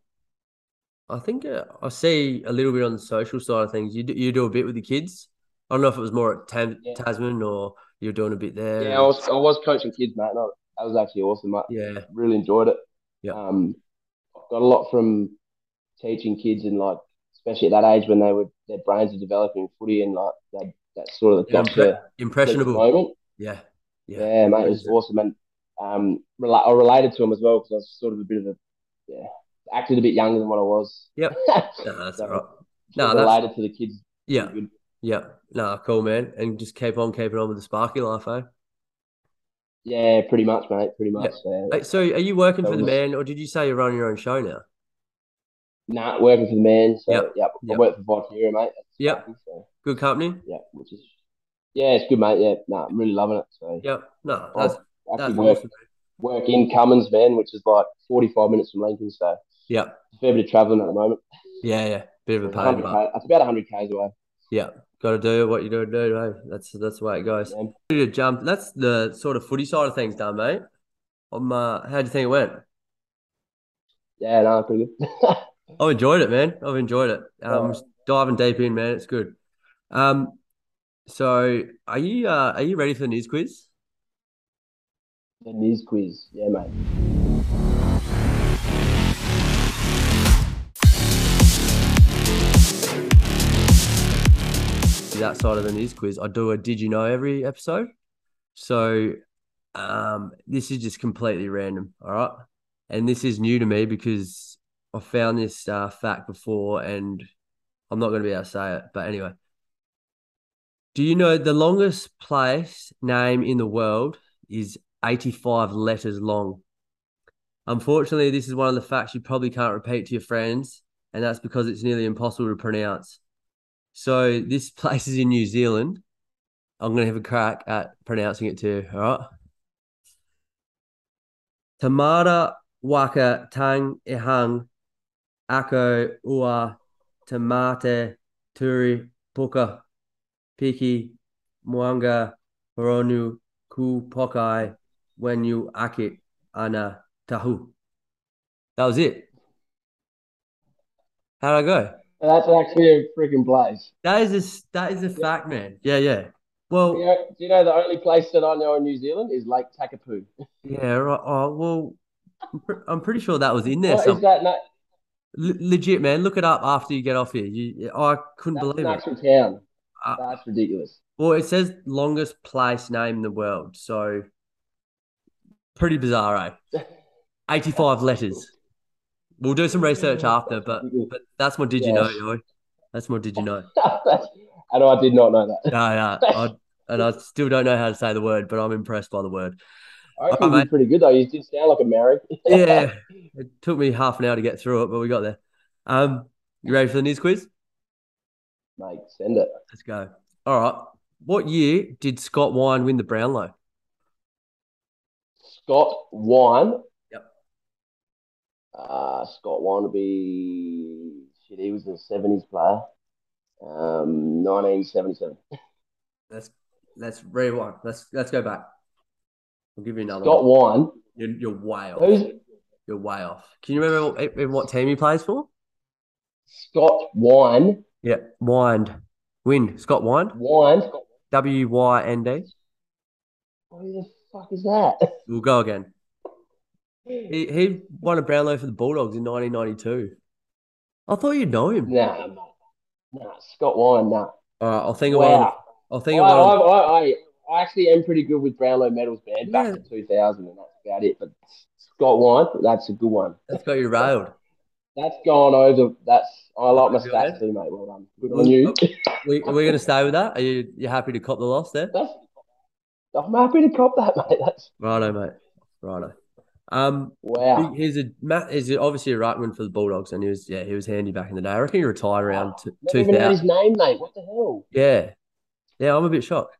I think uh, I see a little bit on the social side of things. You do, you do a bit with the kids. I don't know if it was more at Tam-
Yeah.
Tasman or you're doing a bit there.
Yeah, I was I was coaching kids, mate. and I- That was actually awesome. I
yeah,
really enjoyed it.
Yeah.
Um, got a lot from teaching kids and like, especially at that age when they were their brains are developing footy and like that that sort of
Yeah,
got to
impressionable.
moment.
Yeah, yeah,
Yeah, mate, it was
Yeah.
awesome and um, rela- I related to them as well because I was sort of a bit of a yeah, acted a bit younger than what I was.
Yep.
So
No, that's all right. No,
I
that's-
related to the kids.
Yeah, yeah. No, cool, man. And just keep on keeping on with the Sparky life, eh?
Yeah, pretty much, mate. Pretty much. yeah.
Hey, So, are you working for the
That was-
man, or did you say you're running your own show now?
Nah, working for the man. So
Yep.
yeah,
Yep.
I work for Vodka, mate.
Yep.
So.
Good company.
yeah, which is yeah, it's good, mate. Yeah, no, I'm really loving it. So
Yep. No, that's
Oh, I
that's
actually work
awesome.
work in Cummins, man, which is like 45 minutes from Lincoln. So
Yep.
it's a fair bit of traveling at the moment.
Yeah, yeah. Bit of a
It's,
pain,
100
but
K, it's about 100 k's away.
got to do what you got to do. eh? That's that's the way it goes.
man.
Ready to jump. That's the sort of footy side of things done, mate. Um, uh, how do you think it went?
Yeah, no, pretty good.
I've enjoyed it, man. I've enjoyed it. Um,
Yeah.
just diving deep in, man. It's good. Um, so are you uh, are you ready for the news quiz?
the news quiz, yeah, mate.
that side of the news quiz. I do a did you know every episode. So um this is just completely random, all right? And this is new to me because I found this uh, fact before and I'm not going to be able to say it, but anyway. Do you know the longest place name in the world is 85 letters long? Unfortunately, this is one of the facts you probably can't repeat to your friends, and that's because it's nearly impossible to pronounce. So this place is in New Zealand. I'm going to have a crack at pronouncing it too. All right. Tamara waka tang ehang ako ua tamate turi puka piki muanga horonu ku pokai when you ake ana tahu. That was it. How'd I go?
And that's actually a freaking place.
That is a s- that is a fact, man. Yeah, yeah. Well,
You
yeah,
know, do you know the only place that I know in New Zealand is Lake Takapu?
right. Oh, well, I'm, pre- I'm pretty sure that was in there.
What
Some
is that? No,
Le- legit, man. Look it up after you get off here. You, I couldn't
that's
believe
an
it.
actual town.
Uh,
That's ridiculous.
Well, it says longest place name in the world, so pretty bizarre, eh? 85 letters. We'll do some research after, but but that's more did you know,
Yes.
yo. That's more did you know.
and I did not know
No,
that.
no. I, and I still don't know how to say the word, but I'm impressed by the word.
I
Alright,
reckon you
mate.
did pretty good though. You did sound like a Maori.
Yeah, it took me half an hour to get through it, but we got there. Um, you ready for the news quiz?
Mate, send it.
Let's go. All right. What year did Scott Wine win the Brownlow?
Scott Wine.
Yep.
Uh, Scott Wine would be Shit, he was a seventies player. Um, nineteen seventy-seven.
Let's let's rewind. Let's let's go back. I'll give you another
Scott
one.
Wine.
You're, you're way off.
Who's
You're way off. Can you remember what, even what team he plays for?
Scott Wine?
Yeah, Wind. Win. Scott Wind.
Wine. Scott,
W Y N D.
who the fuck is that?
We'll go again. He, he won a Brownlow for the Bulldogs in 1992. I thought you'd know him.
nah, mate. nah. Scott Wine. Nah.
All right, I'll think of one.
Wow.
I'll
I,
think
I,
of one. on-
I, I, I actually am pretty good with Brownlow medals, man. Back
Yeah.
to two thousand, and that's about it. But Scott Wine, that's a good one.
That's got you railed.
That's gone over. That's I like my
Good
stats
man.
too, mate. Well done. Good
Well,
on you.
We, are we going to stay with that? Are you you happy to cop the loss there?
That's, I'm happy to cop that, mate. That's
Righto, mate. Righto. Um,
wow.
he- he's a Matt. He's obviously a ruckman for the Bulldogs, and he was yeah he was handy back in the day. I reckon he retired around t-
Never
two
even heard his
thousand.
name, mate. What the hell?
Yeah, yeah. I'm a bit shocked.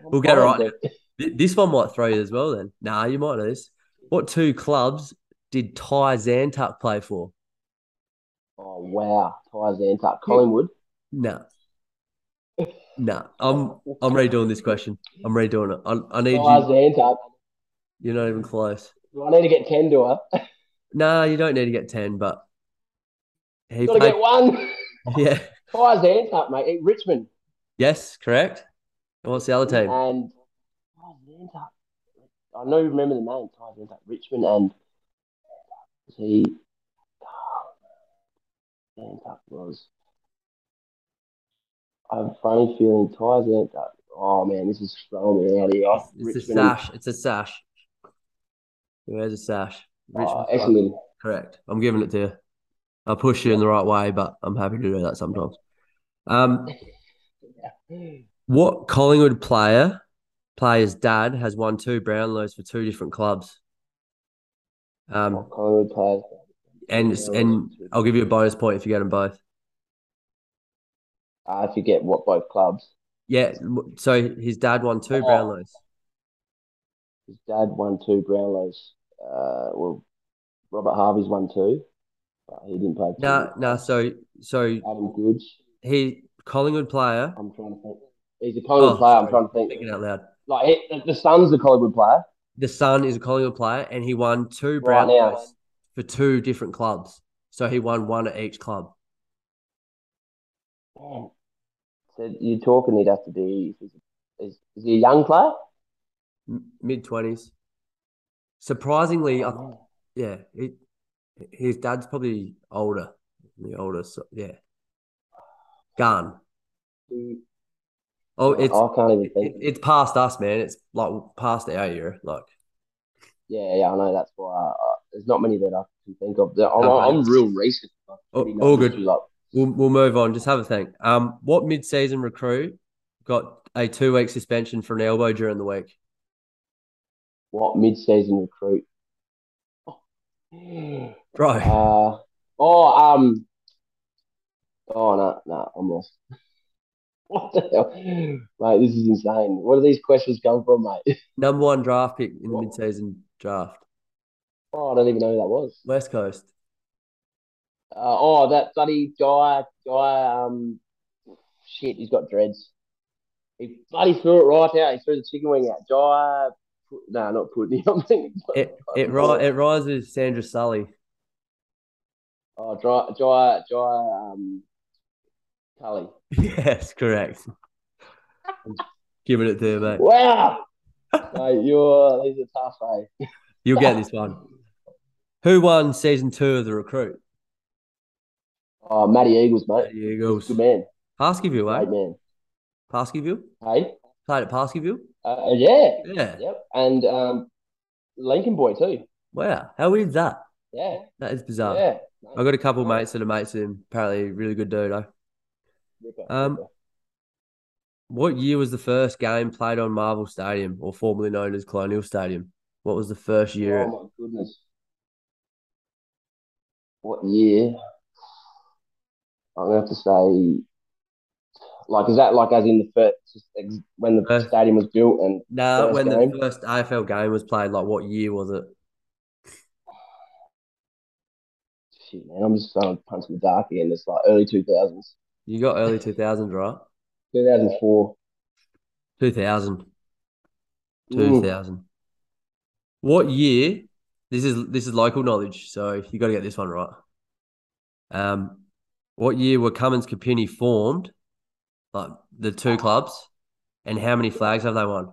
I'm
We'll get it
blind,
right.
dude.
Th- This one might throw you as well. Then nah, you might know this. What two clubs did Ty Zantuck play for?
Oh wow, Ty Zantuck, Collingwood.
No. No. I'm I'm redoing this question. I'm redoing it. I, I need
Ty
you.
Zantuck.
You're not even close.
Do I need to get ten? Do I?
No, you don't need to get ten, but he
Got to
played.
get one.
Yeah.
Ty Zantuck, mate. Hey, Richmond
Yes, correct. And what's the other team?
and Ty Zantuck. I know you remember the name Ty Zantuck, Richmond and see. Zantuck was. I have a funny feeling Ty Zantuck. Oh man, this is throwing me out here. I-
It's a
Richmond and-
sash. It's a sash. Who has a sash?
Oh,
Richmond.
excellent.
Correct. I'm giving it to you. I push you in the right way, but I'm happy to do that sometimes. Um, what Collingwood player, player's dad, has won two Brownlows for two different clubs? Um,
Collingwood player.
and and I'll give you a bonus point if you get them both.
I forget what both clubs.
Yeah. w- So his dad won two
Oh.
Brownlows.
His dad won two Brownlows. Uh, well, Robert Harvey's won two, but he didn't play. two.
No, no. So so
Adam Goods.
he Collingwood player.
I'm trying to think. He's a Collingwood
Oh,
player. I'm
sorry.
trying to think.
Thinking out loud.
Like he, the- the son's the Collingwood player.
the son is a Collingwood player, and he won two
Right
Brownlows
now.
for two different clubs. So he won one at each club.
Man. So you're talking. He'd have to be. Is, is, is he a young player?
Mid twenties. Surprisingly, I,
Oh,
yeah, he, his dad's probably older, the older. So, yeah, gone.
man.
Oh, it's
I can't even
it,
think.
it's past us, man. It's like past our year. Like
Yeah, yeah, I know. That's why I, I, there's not many that I can think of. The- I'm,
No,
I'm
mate.
real racist. Like,
Oh,
you
all good.
Like,
we'll we'll move on. Just have a think. Um, what mid-season recruit got a two-week suspension for an elbow during the week?
what mid-season recruit?
Bro,
Uh, oh, um, oh no, no, I'm lost. What the hell, mate? This is insane. Where do these questions come from, mate?
number one draft pick in the
Whoa.
mid-season draft.
Oh, I don't even know who that was.
West Coast.
Uh, oh, that bloody guy, guy. Um, shit, he's got dreads. He bloody threw it right out. He threw the chicken wing out. Guy, no, not Putney. I'm thinking.
It it ri- it rhymes with Sandra Sully.
Oh, Jai, Jai, Jai, um, Tully.
Yes, correct. Giving it to you, mate.
Wow, mate, you're these are tough, eh?
You'll get this one. Who won season two of the recruit?
Oh, Matty Eagles,
The
mate.
Eagles.
Good man.
Baskerville, eh?
Great man.
Baskerville?
Hey?
Played at Baskerville?
Uh, yeah.
Yeah.
Yep. And um, Lincoln boy too.
Wow. How weird is that?
Yeah.
That is bizarre.
Yeah.
I've got a couple mates that are mates with him. Apparently, really good dude, eh?
Ripper,
Um,
ripper.
What year was the first game played on Marvel Stadium, or formerly known as Colonial Stadium? What was the first year?
Oh my goodness. What year? I'm gonna have to say, like, is that like as in the first just ex- when the
First-
stadium was built and
No,
First
when
game?
the first AFL game was played, like what year was it?
shit, man, I'm just throwing punch in the dark again. It's like early 2000s,
You got early 2000s, right?
2004.
2000.
Mm.
2000. What year? This is this is local knowledge, so you got to get this one right. Um, what year were Cummins Capini formed? Like the two clubs, and how many flags have they won?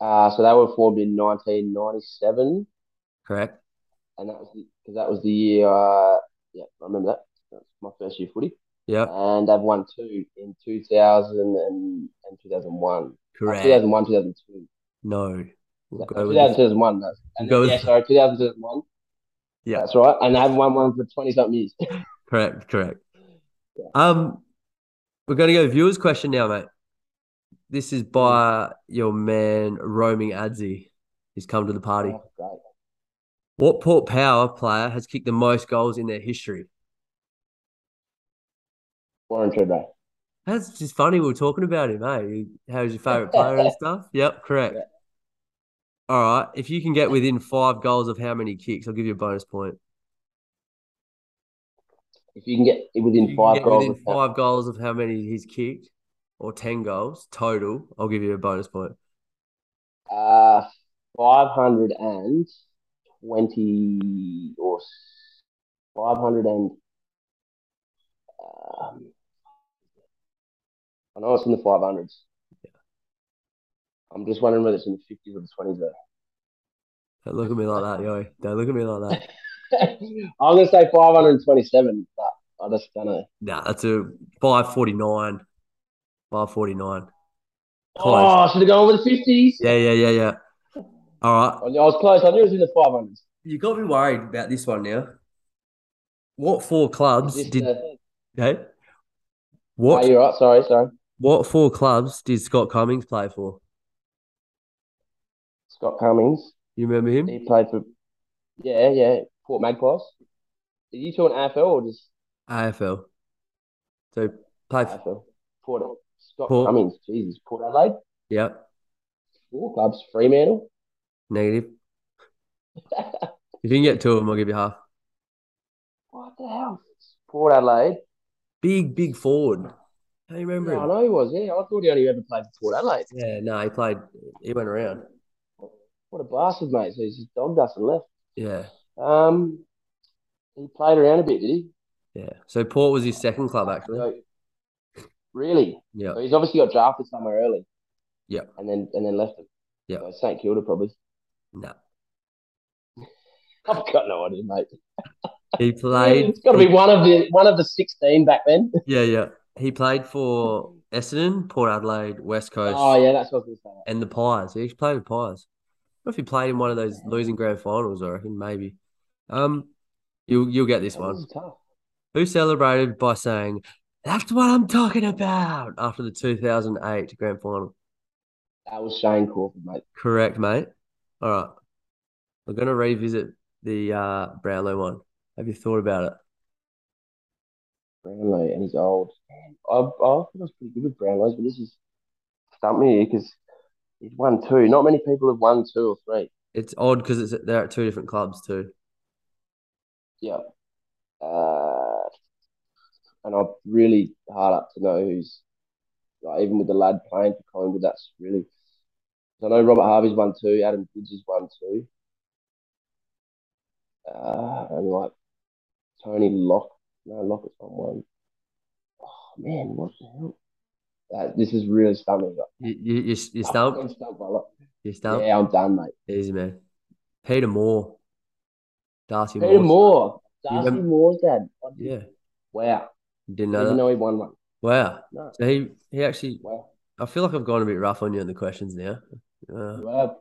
Uh, so they were formed in 1997,
Correct.
and that was because that was the year. Uh, yeah, I remember that. That's my first year footy,
Yep.
and I've won two in 2000 and, and 2001. Uh,
Correct.
2001, 2002.
No. We'll
No,
go with
2000,
this.
2001. That's, and
Go
then,
with-
yeah, sorry, 2000, 2001.
Yeah.
That's right. And I haven't won one for 20 something years.
Correct. Correct.
Yeah.
Um, we're gonna go viewers question now, mate. This is by your man roaming Adzi. He's come to the party.
Oh, great.
What Port Power player has kicked the most goals in their history?
Warren Treadway.
That's just funny. We were talking about him, hey. How's your favorite player and stuff? Yep, correct.
Yeah.
All right. If you can get within five goals of how many kicks, I'll give you a bonus point.
If you can get it
If
within
you can
five
get
goals,
within five goals of how many he's kicked, or ten goals total, I'll give you a bonus point.
uh, 520 or s- 500 and um, I know it's in the 500s. I'm just wondering whether it's in the 50s or the 20s though.
Don't look at me like that, yo. Don't look at me like that.
I'm gonna say 527, but I just don't know.
Nah, that's a five forty nine. Five forty nine.
Oh,
Close.
I Oh, should have gone with the 50s.
Yeah, yeah, yeah, yeah. All right.
I knew- I was close. I knew it was in the 500s.
You got me worried about this one now. What four
Is
clubs
this uh,
did
the-
hey?
Oh,
What
you're right. Sorry, sorry.
what four clubs did Scott Cummings play for?
Scott Cummings.
You remember him?
He played for, yeah, yeah, Port Magpies. Did you talking AFL or just
AFL. So play for,
AFL? Port Scott
Port.
Cummings. Jesus, Port Adelaide.
yep,
Four clubs. Fremantle.
negative. If you can get two of them, I'll give you half.
What the hell? Port Adelaide.
Big, big forward. How do you remember
Yeah, I
him?
know he was. Yeah, I thought he only ever played for Port Adelaide.
Yeah, no, he played he went around.
What a bastard, mate. So he's just dogged us and left.
Yeah.
Um, he played around a bit, did he?
Yeah. So Port was his second club actually.
So, really?
Yeah.
So he's obviously got drafted somewhere early.
Yep.
And then and then left it.
Yep.
So St Kilda probably.
No.
I've got no idea, mate.
He played
It's got to be one of the one of the sixteen back then.
Yeah, yeah. He played for Essendon, Port Adelaide, West Coast,
Oh yeah, that's what I was going
and the Pies. He played with Pies. What if he played in one of those losing grand finals? I reckon maybe. Um, you'll you'll get this
to say. This
one.
is tough.
Who celebrated by saying, "That's what I'm talking about" after the 2008 grand final?
That was Shane Crawford, mate.
Correct, mate. All right, we're gonna revisit the uh, Brownlow one. Have you thought about it?
Brownlow, and he's old. I I thought I was pretty good with Brownlows, but this is something here because he's won two. Not many people have won two or three.
It's odd because it's they're at two different clubs too.
Yeah. Uh, and I'm really hard up to know who's like even with the lad playing for Collingwood. That's really. I know Robert Harvey's won two. Adam Goods has won two. Uh, and like Tony Lock, no Lockett's on one. Oh man, what the hell? Uh, this is really stumping.
You you you, you
I'm
stumped.
stumped by luck.
You stumped.
Yeah, I'm done, mate.
Easy man. Peter Moore, Darcy
Peter Moore,
You
Darcy
rem-
Moore's dad.
Yeah,
Wow,
didn't know
even
that.
though he won one.
Wow.
No,
So he he actually.
wow,
I feel like I've gone a bit rough on you on the questions now. Uh,
wow.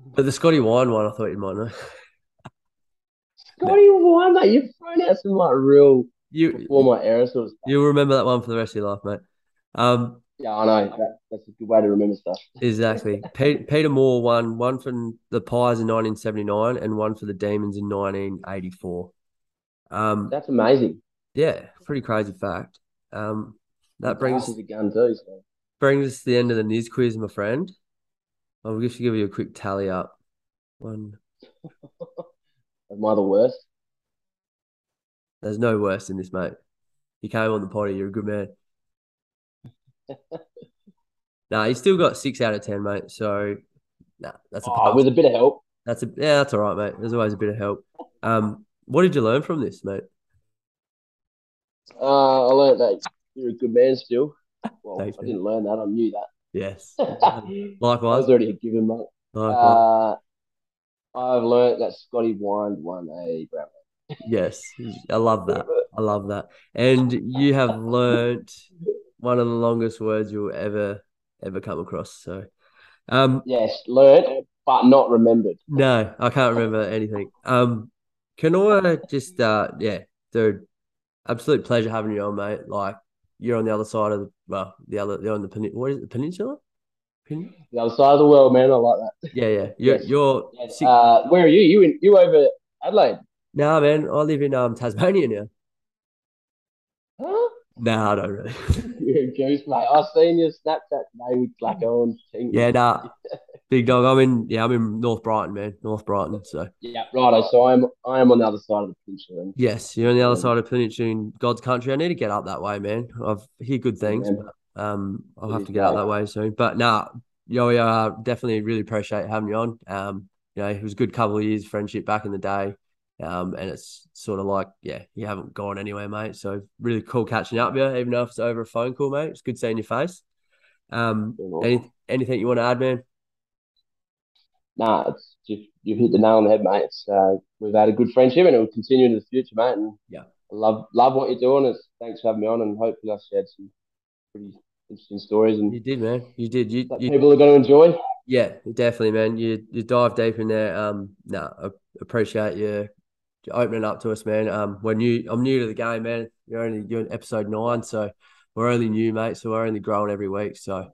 but the Scotty Wine one, I thought you might know.
Scotty won, mate. You've thrown out some like real before
You
my era sort of stuff.
you'll remember that one for the rest of your life, mate. Um,
Yeah, I know. That, that's a good way to remember stuff.
exactly. Pe- Peter Moore won one for the Pies in 1979 and one for the Demons in 1984. Um,
That's amazing.
yeah, pretty crazy fact. Um, that brings
Darcy's a gun too. So.
brings us to the end of the news quiz, my friend. I'll just give you a quick tally up. One,
Am I the worst?
There's no worse than this, mate. You came on the potty. You're a good man. nah, he's still got six out of ten, mate. So, nah, that's a
Oh,
pass.
with a bit of help.
That's a yeah, that's all right, mate. There's always a bit of help. Um, what did you learn from this, mate?
Uh, I learned that you're a good man still. Well,
Thanks,
I
man.
didn't learn that. I knew that.
Yes, Um,
that
likewise.
was already a given, mate.
likewise.
Uh, I've learned that Scotty Wind won a grand
yes, I love that. I love that. And you have learnt one of the longest words you'll ever ever come across. So, um,
Yes, learned but not remembered.
no, I can't remember anything. Um, can I just uh, yeah, dude, absolute pleasure having you on, mate. Like you're on the other side of the well, the other you're on the peni- what is it, the peninsula? Pen-
The other side of the world, man. I like that.
yeah, yeah. You're
Yes.
you're
Yes,
six-
Uh, where are you? You in, you over Adelaide?
Nah, man, I live in um Tasmania now.
Huh?
Nah, I don't really.
You're a goose, mate. I seen your Snapchat today with Flacco and Ting.
Yeah, nah, big dog. I'm in. Yeah, I'm in North Brighton, man. North Brighton. So
Yeah, righto. So I'm I am on the other side of the peninsula. then.
yes, you're on the other
Yeah.
side of Peninsula in God's country. I need to get up that way, man. I've hear good things,
Yeah.
but um, I'll
It
have
is
to get out
great.
that way soon. But nah, yo, we uh, definitely really appreciate having you on. Um, you know, it was a good couple of years friendship back in the day. Um, and it's sort of like, yeah, you haven't gone anywhere, mate. So really cool catching up with you, even though it's over a phone call, mate. It's good seeing your face. Um,
Been awesome.
any, anything you want to add, man?
Nah, it's, you've, you've hit the nail on the head, mate. It's, uh, we've had a good friendship and it will continue into the future, mate. And
Yeah.
I love love what you're doing. It's, thanks for having me on, and hopefully I shared some pretty interesting stories and
You did, man. You did. You,
that
you
people are going to enjoy.
Yeah, definitely, man. You you dive deep in there. Um, no, I appreciate you opening up to us, man. Um, we're new. I'm new to the game, man. You're only you're in episode nine, so we're only new, mate. So we're only growing every week. So,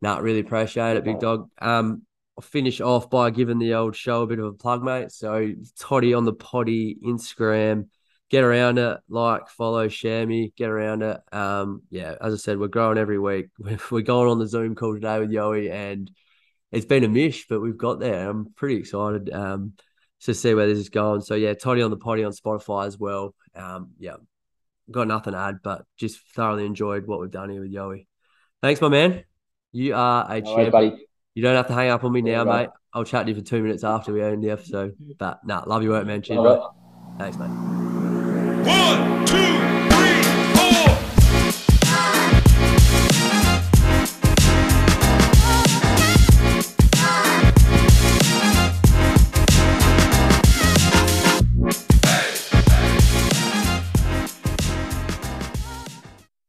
no, really appreciate it, big dog. Um, I'll finish off by giving the old show a bit of a plug, mate. So Toddy on the potty Instagram. Get around it, like, follow, share me, get around it. Um, yeah, as I said, we're growing every week. We're going on the Zoom call today with Yoey and it's been a mish, but we've got there. I'm pretty excited um, to see where this is going. So yeah, Toddy on the potty on Spotify as well. Um, yeah, got nothing to add, but just thoroughly enjoyed what we've done here with Yoey. Thanks, my man. You are a
All
champ.
right, buddy.
You don't have to hang up on me
Yeah,
now,
bro.
mate. I'll chat to you for two minutes after we end the episode. But nah, love your work, man. Cheers,
All right.
bro. Thanks, mate.
One, two,